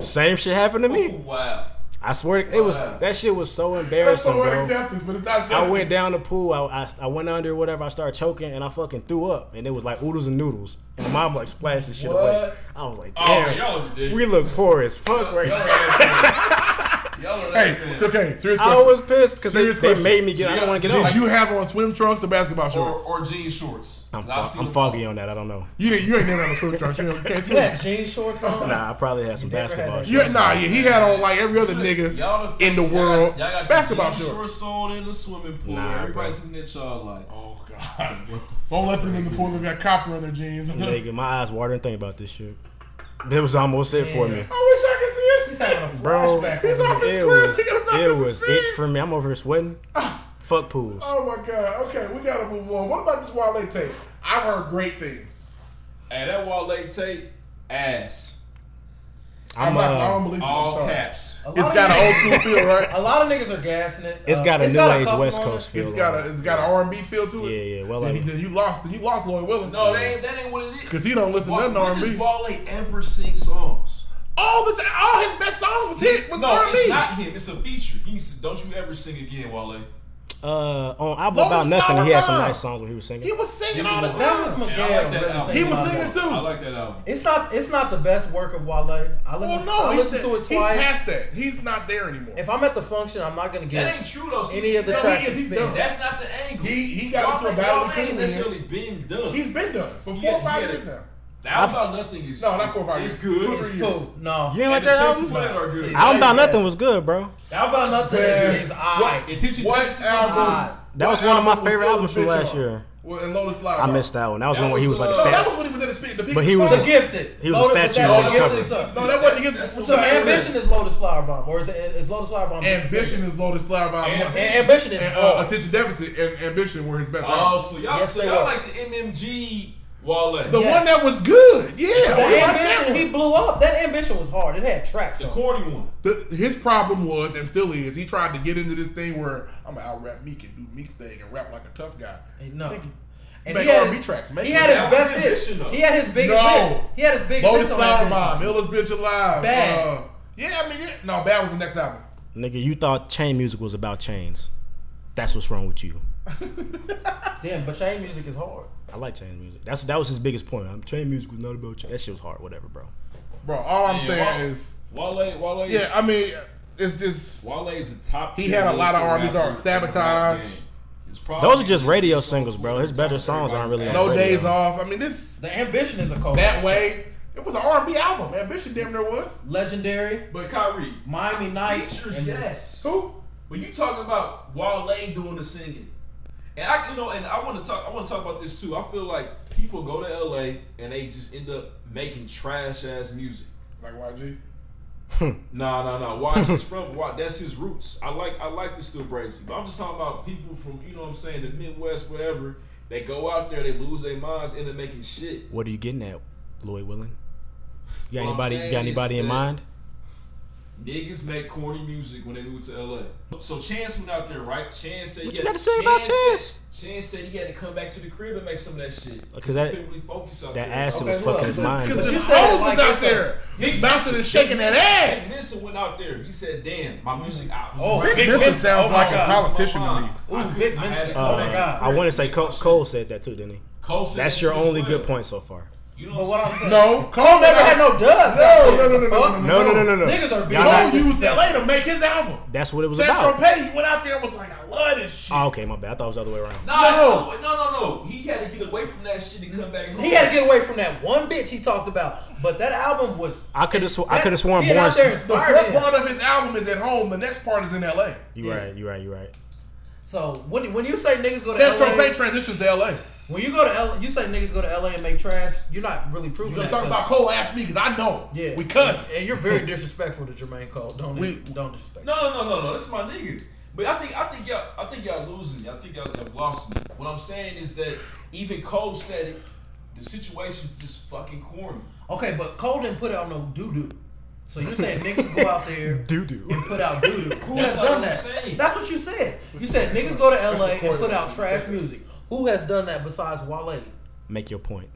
Same shit happened to me. Oh, Wow. I swear it was Wow. that shit was so That's embarrassing, the word bro. justice, but it's not justice. I went down the pool. I, I, I went under whatever. I started choking and I fucking threw up. And it was like oodles and noodles. And mom like splashed the shit away. What? I was like, Oh, man, damn. y'all are ridiculous. we look poor as fuck Y'all are right now. laughing. Y'all are Hey, laughing. it's okay. Serious I question. was pissed because they, Serious they question. made me get. I don't want to get Did up. you have on swim trunks or basketball Or, shorts? or jean shorts. I'm, I fo- see I'm them. foggy on that. I don't know. you didn't. You ain't never had on swim trunks. You don't- you can't You swim. had jean shorts on. Nah, I probably had some never had basketball. that shorts. You, nah, yeah, he had on like every other nigga Y'all in the y'all world Got, y'all got basketball the jean shorts. shorts on in the swimming pool. Nah, Everybody's bro. in that y'all like. Oh god, God. Don't let them in the pool. They got copper on their jeans. I wish Nigga, my eyes watering thinking about this shit. That was almost it for I me. could see his He's having face. a Bro, flashback. He's off his It screen. was, He got it off his was screen. it for me. I'm over here sweating. Fuck pools. Oh my God. Okay, we gotta move on. What about this Wale tape? I've heard great things. Hey, that Wale tape, ass, I'm, I'm, not. I uh, don't believe you. I'm all sorry. caps. A lot It's of got niggas- an old school feel, right? A lot of niggas are gassing it. Uh, it's got a new got age couple West on Coast feel. It's on got it. a. It's got an R and B feel to it. Yeah, yeah, well, Then, like- you- then you lost. You lost Lloyd Willing. No, that ain't that ain't what it is. because he don't listen to Why- nothing when R and does B. Wale ever sing songs? All the time, all his best songs was hit was no, R it's and not him. It's a feature. He needs to, don't you ever sing again, Wale. Uh, on album Lotus about nothing. He had some Summertime. nice songs when he was B. He singing. was singing He all the was- That was time. Man, Miguel. I like that really album. singing He was about singing that. too. I like that album. It's not. It's not the best work of Wale. I Well, listen. no, I he's, listened to it twice. He's past that. He's not there anymore. If I'm at the function, I'm not gonna That get ain't true though. See, any of the No, he tracks. is, it's he's been. done. That's not the angle. He- he got Wale- into a battle Wale with ain't Kendrick, necessarily been done. He's been done for He four or had- he five had years a- now. the album about nothing is No, not four or five It's years. good. Two or It's- three It's years. cool. No. You ain't and like the that Taste album? Before That are good. See, Album about Yes. nothing was good, bro. How about nothing Man. is I. It teaches What you album? That was what one of my album was favorite Lil albums from Bitch last on? year. Well, and Lotus Flower. I missed that one. That was That the one where he was, was like a No, uh, that stand. was when he was in the speed. The But he was- The People's Choice. gifted. He was a Loaded with statue that, on the Gifted cover. is up. No, that wasn't his. That's- that's So what I'm ambition is Lotus Flower Bomb, or is it? Is Lotus Flower Bomb? just a Ambition is Lotus Flower. by Ambition. Money. And ambition is And, all. uh, attention deficit and ambition were his best. Oh, albums. so y'all, Yes, so they y'all were. like the NMG Wale. the The, yes. one that was good. Yeah, The I like that ambition one. he blew up. That ambition was hard. It had tracks. on it. corny one. The, his problem was, and still is, he tried to get into this thing where I'm gonna out rap Meek and do Meek's thing and rap like a tough guy. No. Think he- And make he had R&B his, tracks, make he it. had his That was best hits. ambition, though. He had his biggest No. hits. He had his biggest Lotus hits on that Flower bitch. Bomb, Illa's Bitch Alive. Bad. Uh, yeah, I mean, yeah. no, Bad was the next album. Nigga, you thought chain music was about chains. That's what's wrong with you. Damn, but chain music is hard. I like chain music. That's that was his biggest point. I'm, chain music was not about chain. That shit was hard. Whatever, bro. Bro, all I'm Yeah, saying Wale- is, Wale, Wale, yeah, I mean, uh, it's just, is, Wale is a top. He tier had a lot of rapper R&B songs, in the rap Sabotage. game. It's probably- Those are just radio it's on singles, bro. His better songs aren't really on no radio. days off. I mean, this, The ambition is a cold. that way, it was an R&B album. Ambition damn near was. Legendary, But Kyrie, Miami Nice. features, and- yes. Who? But you talking about Wale doing the singing, and I, you know, and I want to talk. I want to talk about this too. I feel like people go to LA and they just end up making trash ass music. Like YG. Nah, nah, nah. Watch his from why that's his roots. I like I like the steel brazy, but I'm just talking about people from you know what I'm saying the Midwest, whatever. They go out there, they lose their minds, end up making shit. What are you getting at, Lloyd Willing? You What got I'm anybody? You saying got is anybody in that- mind? Niggas make corny music when they move to LA. So Chance went out there, right? Chance said, What he you had- gotta say about said- Chance said he had to come back to the crib and make some of that shit because Because he that- couldn't really focus out That there. acid Okay, was who fucking else? his mind. Because bro. But the you said it hoes like was out it's a- there bouncing and shaking that Vic ass. Vincent went out there. He said, "Damn, my music out." Oh, Vic Vic Vincent Vincent. sounds Oh my like a God. politician to me. Ooh, Ooh, Vic Vincent. Oh my God. Uh, I want to say Cole, Cole said that too, didn't he? Cole said That's that your shit as only well. good point so far. You know But what I'm saying, No, Cole never had no duds. No, no, no, no, no, no, No, no, no, no, no. Niggas are being Y'all not- Cole used LA to make his album. That's what it was San about. Tropez, he went out there and was like, I love this shit. Oh, okay, my bad. I thought it was the other way around. Nah, No. no. no, no, no. He had to get away from that shit and come back. Home. He had to get away from that one bitch he talked about. But that album was. I coulda sw- I that- coulda sworn being Born- out there the inspired front him. part of his album is at home. The next part is in LA. You Yeah. right. You right. You right. So when when you say niggas go to San LA, Tropez transitions to LA. when you go to LA, you say niggas go to LA and make trash. You're not really proving You're gonna that. talk about 'cause- Cole ass me because I know. Yeah, We cousins. And you're very disrespectful to Jermaine Cole. Don't We- don't disrespect. No, no, no, no, no. That's my nigga. But I think I think y'all I think y'all losing. me. I think y'all have lost me. What I'm saying is that even Cole said it. The situation just fucking corny. Okay, but Cole didn't put out no doo doo. So you're saying niggas go out there Doo doo. and put out doo doo. Who That's not has done what I'm that? saying. That's what you said. You said niggas go to LA the point and put of out what you trash said. music. Who has done that besides Wale? Make your point.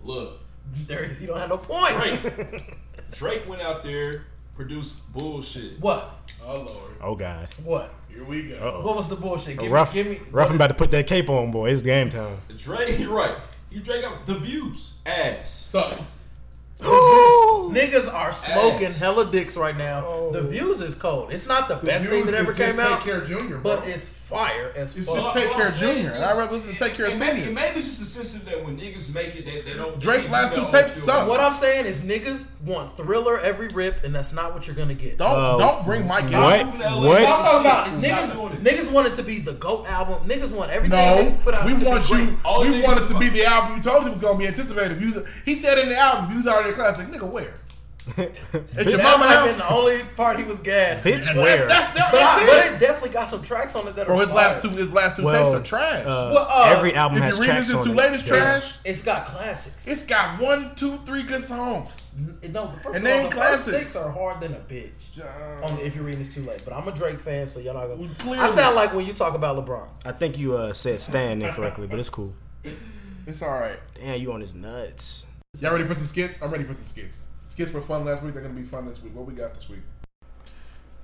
Look, There is. He don't have no point. Drake. Drake went out there, produced bullshit. What? Oh Lord. Oh God. What? Here we go. What Uh was the bullshit? oh. Give Rough. me. Give me. Ruff about to put that cape on, boy. It's game time. Drake, you're right. You Drake out the views. Ass. Sucks. Niggas are smoking Ass. hella dicks right now. The views is cold. It's not the, best thing Oh. Views that ever is just came out, Take Care Jr., bro. but it's fire as It's fuck. just Take Care Junior, and I'd rather listen to Take Care and maybe, Senior. and maybe it's just a system that when niggas make it, they, they don't. Drake's they last two don't tapes feel suck. what I'm saying is niggas want thriller every rip, and that's not what you're gonna get. Don't Uh, don't bring Mike in. what? Y'all moving to LA. What? I'm talking about Y'all doing niggas. it. Niggas want it to be the goat album. Niggas want everything. No, niggas put out we to be want great. you. All we niggas want it to fuck- be the album you told you was gonna be anticipated. Views. He said in the album, views already a classic. Nigga, where? At your That mama might have been house. the only part he was gassed. Bitch, That's- where? That's, that's, But, I, that's but it. it definitely got some tracks on it that Bro, are his fire. last two, his last two Well, tapes are trash. uh, Well, uh, every album if has you read tracks this, it's on too it. late. It's Yeah. trash. It's got classics. It's got one, two, three good songs. no, but first and and they of all, ain't the classics. first six are hard than a bitch. On the, if you're reading, it's too late. But I'm a Drake fan, so y'all not Well, gonna. clearly. I sound like when you talk about LeBron. I think you uh, said Stan incorrectly, but it's cool. It's all right. Damn, you on his nuts. Y'all ready for some skits? I'm ready for some skits. Skits were fun last week. They're gonna be fun this week. What we got this week?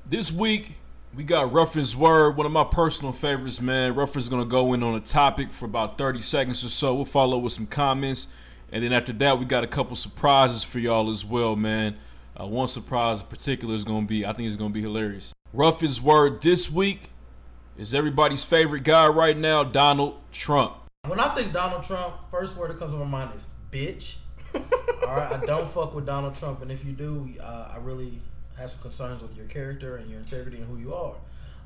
This week, we got Ruffin's Word, one of my personal favorites, man. Ruffin's going to go in on a topic for about 30 seconds or so. We'll follow with some comments. And then after that, we got a couple surprises for y'all as well, man. Uh, one surprise in particular is going to be, I think it's going to be hilarious. Ruffin's Word this week is everybody's favorite guy right now, Donald Trump. When I think Donald Trump, first word that comes to my mind is bitch. All right, I don't fuck with Donald Trump, and if you do, uh, I really have some concerns with your character and your integrity and who you are.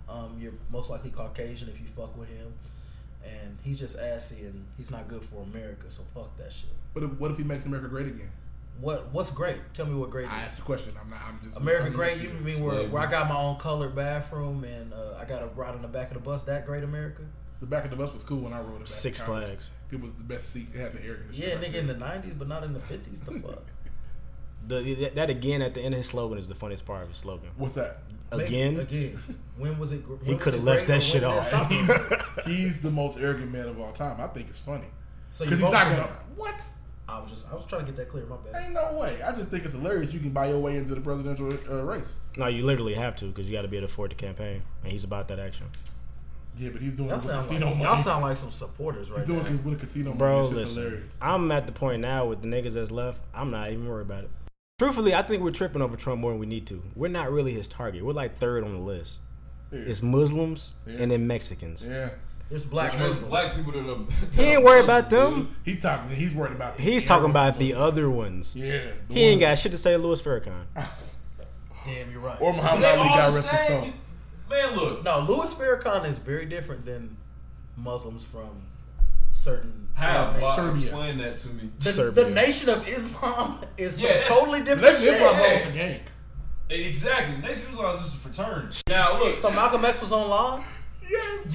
Um, you're most likely Caucasian if you fuck with him, and he's just assy and he's not good for America. So fuck that shit. What if, what if he makes America great again? What What's great? Tell me what great. I Is. asked the question. I'm not. I'm just America I'm great? just- You mean where, where I got my own colored bathroom and uh, I got a ride on the back of the bus? That great America? The back of the bus was cool when I rode it. Back to Six college. Flags. It was the best seat. It had the air conditioning. Yeah, right nigga, there. in the '90s, but not in the '50s. The fuck. The, that- that again at the end of his slogan is the funniest part of his slogan. What's that? Again, Make- again. When was it? gr- when he was could it have left that great or shit when did off. it stop being- He's the most arrogant man of all time. I think it's funny So you because he's vote not for gonna. him. What? I was just, I was trying to get that clear. My bad. Ain't no way. I just think it's hilarious. You can buy your way into the presidential uh, race. no, you literally have to because you got to be able to afford the campaign, and he's about that action. Yeah, but he's doing it Y'all with sound like casino money. y'all sound like some supporters right he's doing now. it with casino money. It's Bro, just listen, hilarious. I'm at the point now with the niggas that's left. I'm not even worried about it. Truthfully, I think we're tripping over Trump more than we need to. We're not really his target. We're like third on the list. Yeah. It's Muslims Yeah. and then Mexicans. Yeah, There's black There's Muslims. black people that are. He ain't worried about them. he's talking. He's worried about. the He's talking Arab about the uh, Muslims. other ones. Yeah, the He ain't ones- got shit to say to Louis Farrakhan. Damn, you're right. Or Muhammad They Ali all got the rest his same. soul. Man, look. no, Louis Farrakhan is very different than Muslims from certain. How? nations. Bob, Serbia. Explain that to me. The, Serbia. the Nation of Islam is some Yeah, that's- totally different. Let's Shit. just Yeah. a gang. Exactly. Nation of Islam is just a fraternity. Now look. So Malcolm X was online. Yes.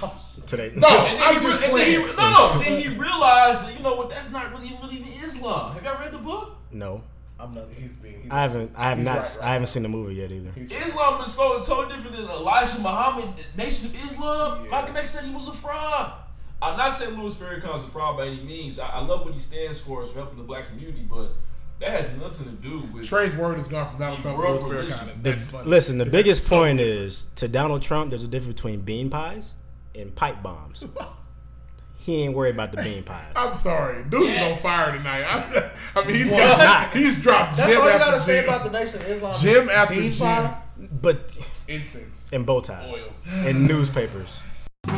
yes. Today. No, And I'm then, he, re- just and then he, playing. re- no, no. Then he realized, that, you know what? That's not really, really even Islam. Have y'all read the book? No. I'm not. He's being. He's I haven't I have He's not right, right. I haven't seen the movie yet either. Islam is so so different than Elijah Muhammad, the Nation of Islam. Yeah. Malcolm X said he was a fraud. I'm not saying Louis Farrakhan's a fraud by any means. I, I love what he stands for as for helping the black community, but that has nothing to do with. Trey's word has gone from Donald Trump to Bro, Louis listen, Farrakhan. and The- That's funny. listen, the Because biggest that's so point different. is to Donald Trump, there's a difference between bean pies and pipe bombs. he ain't worried about the bean pies. I'm sorry, dude is on fire tonight. I, I mean, he's Well, got, he's dropped. That's gem all you after gotta say gem. about the Nation of Islam. Gym after Bean gym. pie. But incense. and bow ties Oils. and newspapers.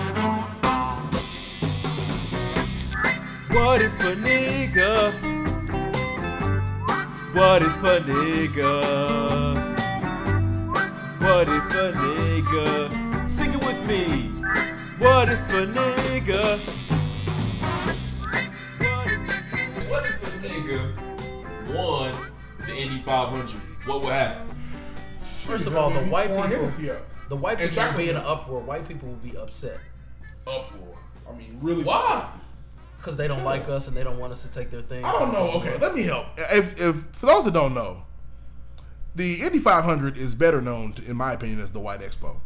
What if a nigga? What if a nigga? What if a nigga? Sing it with me. What if a nigga? What if, what if a nigga won the Indy 500? What would happen? First of all, the He's white pouring people- Hennessy up. The white people Exactly. will be in an uproar. White people will be upset uproar. I mean, really. Why? because they don't like us and they don't want us to take their things. I don't know. Okay, let me help. If, if for those that don't know, the Indy 500 is better known, to, in my opinion, as the White Expo.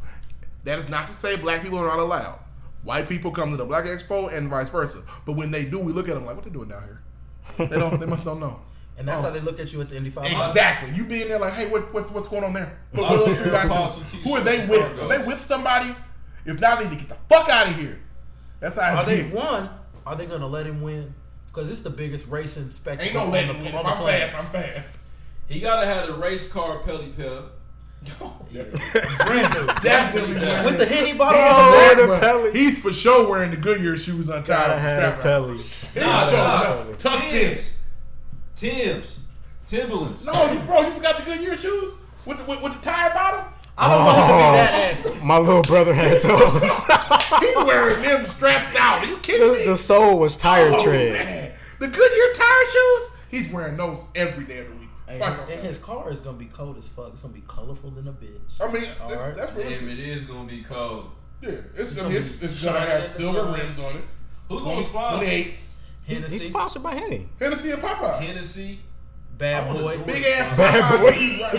That is not to say black people are not allowed. White people come to the Black Expo and vice versa. But when they do, we look at them like, what they doing down here? They don't. They must don't know. And that's Oh. how they look at you at the Indy 500. Exactly. You being there like, hey, what, what's what's going on there? Look, Lots look, of look, you guys Pentecostal do- teachers who are they and with? Are they Virgos. with somebody? If not, they need to get the fuck out of here. That's how I Are they think. one? Are they gonna let him win? Because it's the biggest racing spectacle Ain't no on, letting the, me win. on If the I'm planet. fast, I'm fast. He gotta have a race car, Pelly Pel. Brand new. definitely wearing With the henny bottle. that, on the bro. back. the Pelly. He's for sure wearing the Goodyear shoes untied. Gotta off the have strap a right Pelly. His Nah, show, nah. no. Tuck pins. Tim's. Tim's. Timberlands. No, you, bro, you forgot the Goodyear shoes with the, with, with the tire bottom. I don't want him to be that ass. my little brother had those. He wearing them straps out. Are you kidding the, me? the sole was tire oh, tread. man. The Goodyear tire shoes. He's wearing those every day of the week. And, Twice on and his Sunday. car is gonna be cold as fuck. It's gonna be colorful than a bitch. I mean, All that's, right. that's Damn, realistic. it is gonna be cold. Yeah, it's, I gonna mean, it's, be it's gonna shining have in the silver sun. rims on it. Who's gonna 20 sponsor? 28s. He's, he's Hennessy, sponsored by Henny. Hennessy and Popeye. Hennessy. I bad wanna boy. join. Big ass Bad Popeyes. boy.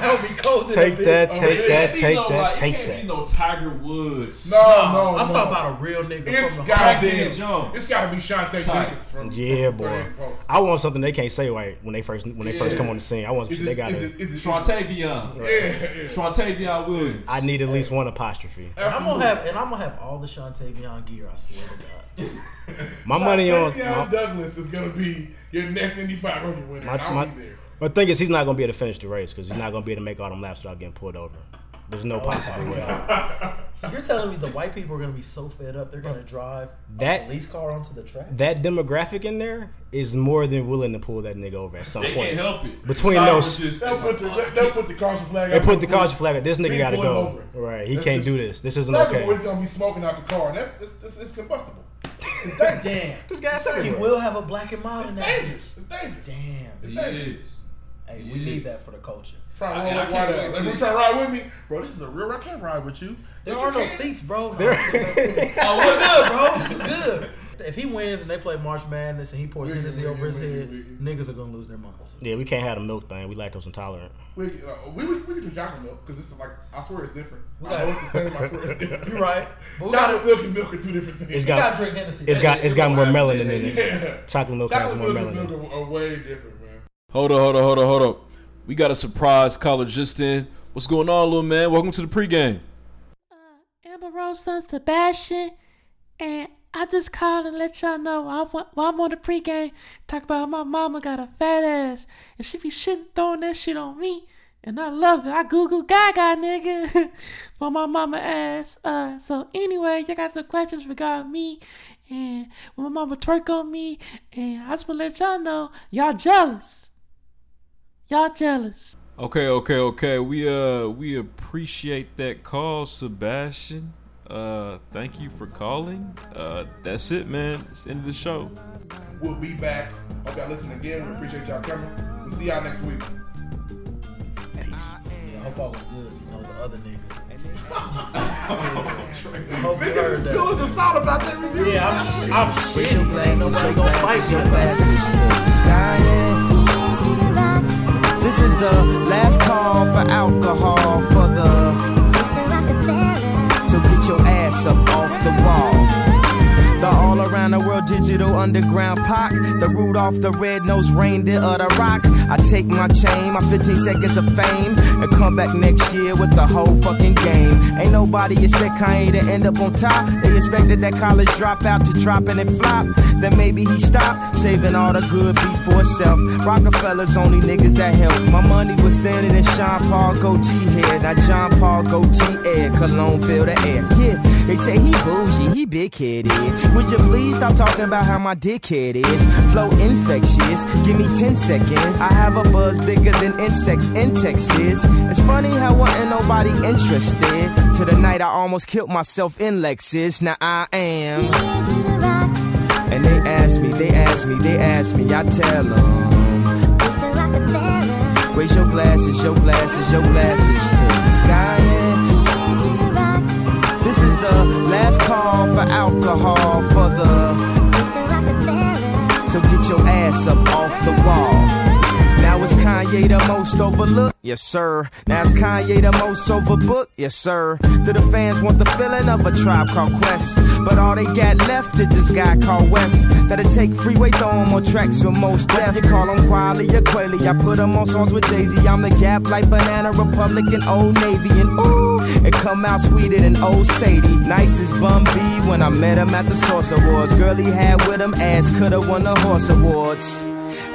That would be cold than a Take bitch. that, Oh, take it It that, can't be take no, that, like, it take can't be that. no Tiger Woods. No, no, I'm no. talking about a real nigga It's from the gotta heart. be Hawkins Jones. it's gotta be Shantae Tight. Dickens from Yeah, from boy. Grand Post. I want something they can't say right when they first when they first Yeah. come on the scene. I want Is something it, they got. is it, is it, Shantavion. yeah, yeah. Shantavion Williams. I need at least one apostrophe. I'm gonna have and I'm gonna have all the Shantavion gear. I swear to God. My money on Deion my, Douglas is gonna be your next Indy 500 winner. and I'll my, my, be there. my thing is he's not gonna be able to finish the race because he's not gonna be able to make all them laps without getting pulled over. There's Oh. no possible way. So you're telling me the white people are gonna be so fed up they're gonna drive That- a police car onto the track? That demographic in there is more than willing to pull that nigga over at some They can't point. help it. Between Simon those- just- They'll put the they'll put the caution flag. They out put real the quick. caution flag. up. This nigga Big gotta boy go. over. Right, he That's can't just- do this. This isn't Thug okay. boy's gonna be smoking out the car, and that's it's, it's, it's combustible. Damn. This guy's He everywhere. will have a black and mild It's in that. dangerous. It's dangerous. Damn. It's He dangerous. is. Hey, Yeah. we need that for the culture. Try I- to and I ride can't wait out. Like, till you you- trying to ride with me, bro? This is a real. I can't ride with you. There Yes, are you no can. seats, bro. No, Oh, what up, You good. If he wins and they play March Madness and he pours Wiggy, Hennessy wiggy, over his wiggy, head, wiggy. niggas are gonna lose their minds. Yeah, we can't have the milk thing. We lactose intolerant. We can, uh, we, we, we can do chocolate milk because this is like I swear it's different. We I got- know it's the same. I swear it's different. You're right. But we gotta, Chocolate milk and milk are two different things. It's we gotta got drink Hennessy. it's got it's got more melanin in it. yeah. Chocolate milk has Chocolate more milk and melanin. milk are, are way different, man. Hold up, hold up, hold up, hold up. We got a surprise caller just in. What's going on, little man? Welcome to the pregame. Amber Rose Son Sebastian, and I just called and let y'all know I wa- while I'm on the pregame, talk about my mama got a fat ass, and she be shitting throwing that shit on me, and I love it. I Google Gaga nigga for my mama ass. Uh, so anyway, you got some questions regarding me, and when my mama twerk on me, and I just wanna let y'all know y'all jealous. Y'all jealous. Okay, okay, okay. We uh we appreciate that call, Sebastian. Uh thank you for calling. Uh that's it, man. It's the end of the show. We'll be back. Hope y'all listen again. We appreciate y'all coming. We'll see y'all next week. Yeah, I hope I was good. You know, the other nigga. Yeah. Hope you heard that. Cool as a salt about that review. Yeah, I'm, I'm shitting, but ain't nobody gonna fight your ass. Skying. This is the last call for alcohol for the. So get your ass up off the wall. The all around the world digital underground pop. The Rudolph the red nosed reindeer of the rock. I take my chain, my 15 seconds of fame, and come back next year with the whole fucking game. Ain't nobody expect Kanye to end up on top. They expected that college dropout to drop and it flop. Then maybe he stopped, saving all the good beats for himself. Rockefeller's only niggas that help. My money was standing in Sean Paul goatee head. Now John Paul goatee air. Cologne fill the air. Yeah, they say he bougie, he big headed. Would you please stop talking about how my dickhead is? Flow infectious, give me 10 seconds. I have a buzz bigger than insects in Texas. It's funny how wasn't nobody interested. To the night I almost killed myself in Lexus. Now I am. And they ask me, they ask me, they ask me, I tell them. Raise your glasses, your glasses, your glasses to the sky. and- This is the last call for alcohol for the. So get your ass up off the wall. Now it's Kanye the most overlooked? Yes, sir. Now it's Kanye the most overbooked? Yes, sir. Do the fans want the feeling of a tribe called Quest? But all they got left is this guy called West. That'll take freeway, throw him on tracks with most death. You call him Quali or Quayle. I put him on songs with Jay Z. I'm the gap like Banana Republic and Old Navy. And ooh, it come out sweeter than Old Sadie. Nice as Bum B when I met him at the Source Awards. Girl he had with him ass coulda won the Horse Awards.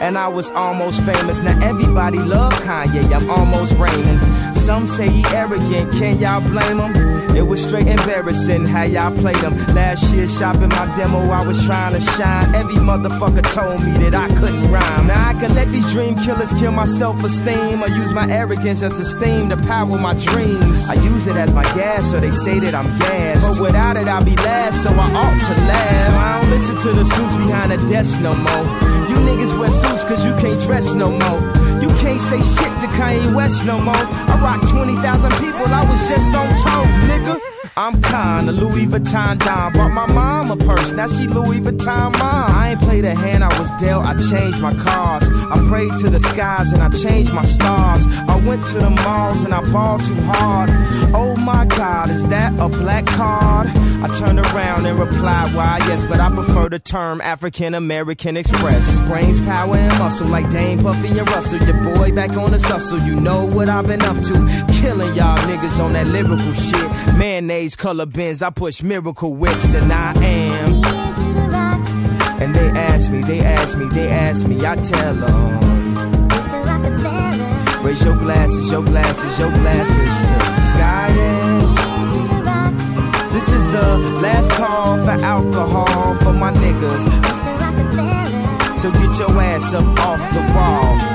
And I was almost famous. Now everybody love Kanye, I'm almost reigning. Some Some say he arrogant, can y'all blame him? It was straight embarrassing how y'all played him. Last year shopping my demo, I was trying to shine. Every motherfucker told me that I couldn't rhyme. Now I can let these dream killers kill my self-esteem. I use my arrogance as a steam to power my dreams. I use it as my gas, so they say that I'm gassed. But without it, I'll be last, so I ought to laugh. So I don't listen to the suits behind the desk no more. You niggas wear suits cause you can't dress no more. You can't say shit to Kanye West no more. I rock 20,000 people, I was just on tour, nigga. I'm kinda Louis Vuitton dime. Bought my mom a purse, now she Louis Vuitton mom. I ain't played a hand I was dealt, I changed my cards. I prayed to the skies and I changed my stars. I went to the malls and I balled too hard. Oh my god, is that a black card? I turned around and replied, why yes, but I prefer the term African American Express. Brains, power, and muscle like Dane, Puffy, and Russell. Your boy back on the hustle, you know what I've been up to. Killing y'all niggas on that lyrical shit. Mayonnaise, color bins, I push miracle whips, and I am. And they ask me, they ask me, they ask me, I tell them. Raise your glasses, your glasses, your glasses to the sky. yeah. This is the last call for alcohol for my niggas. So get your ass up off the wall. Oh.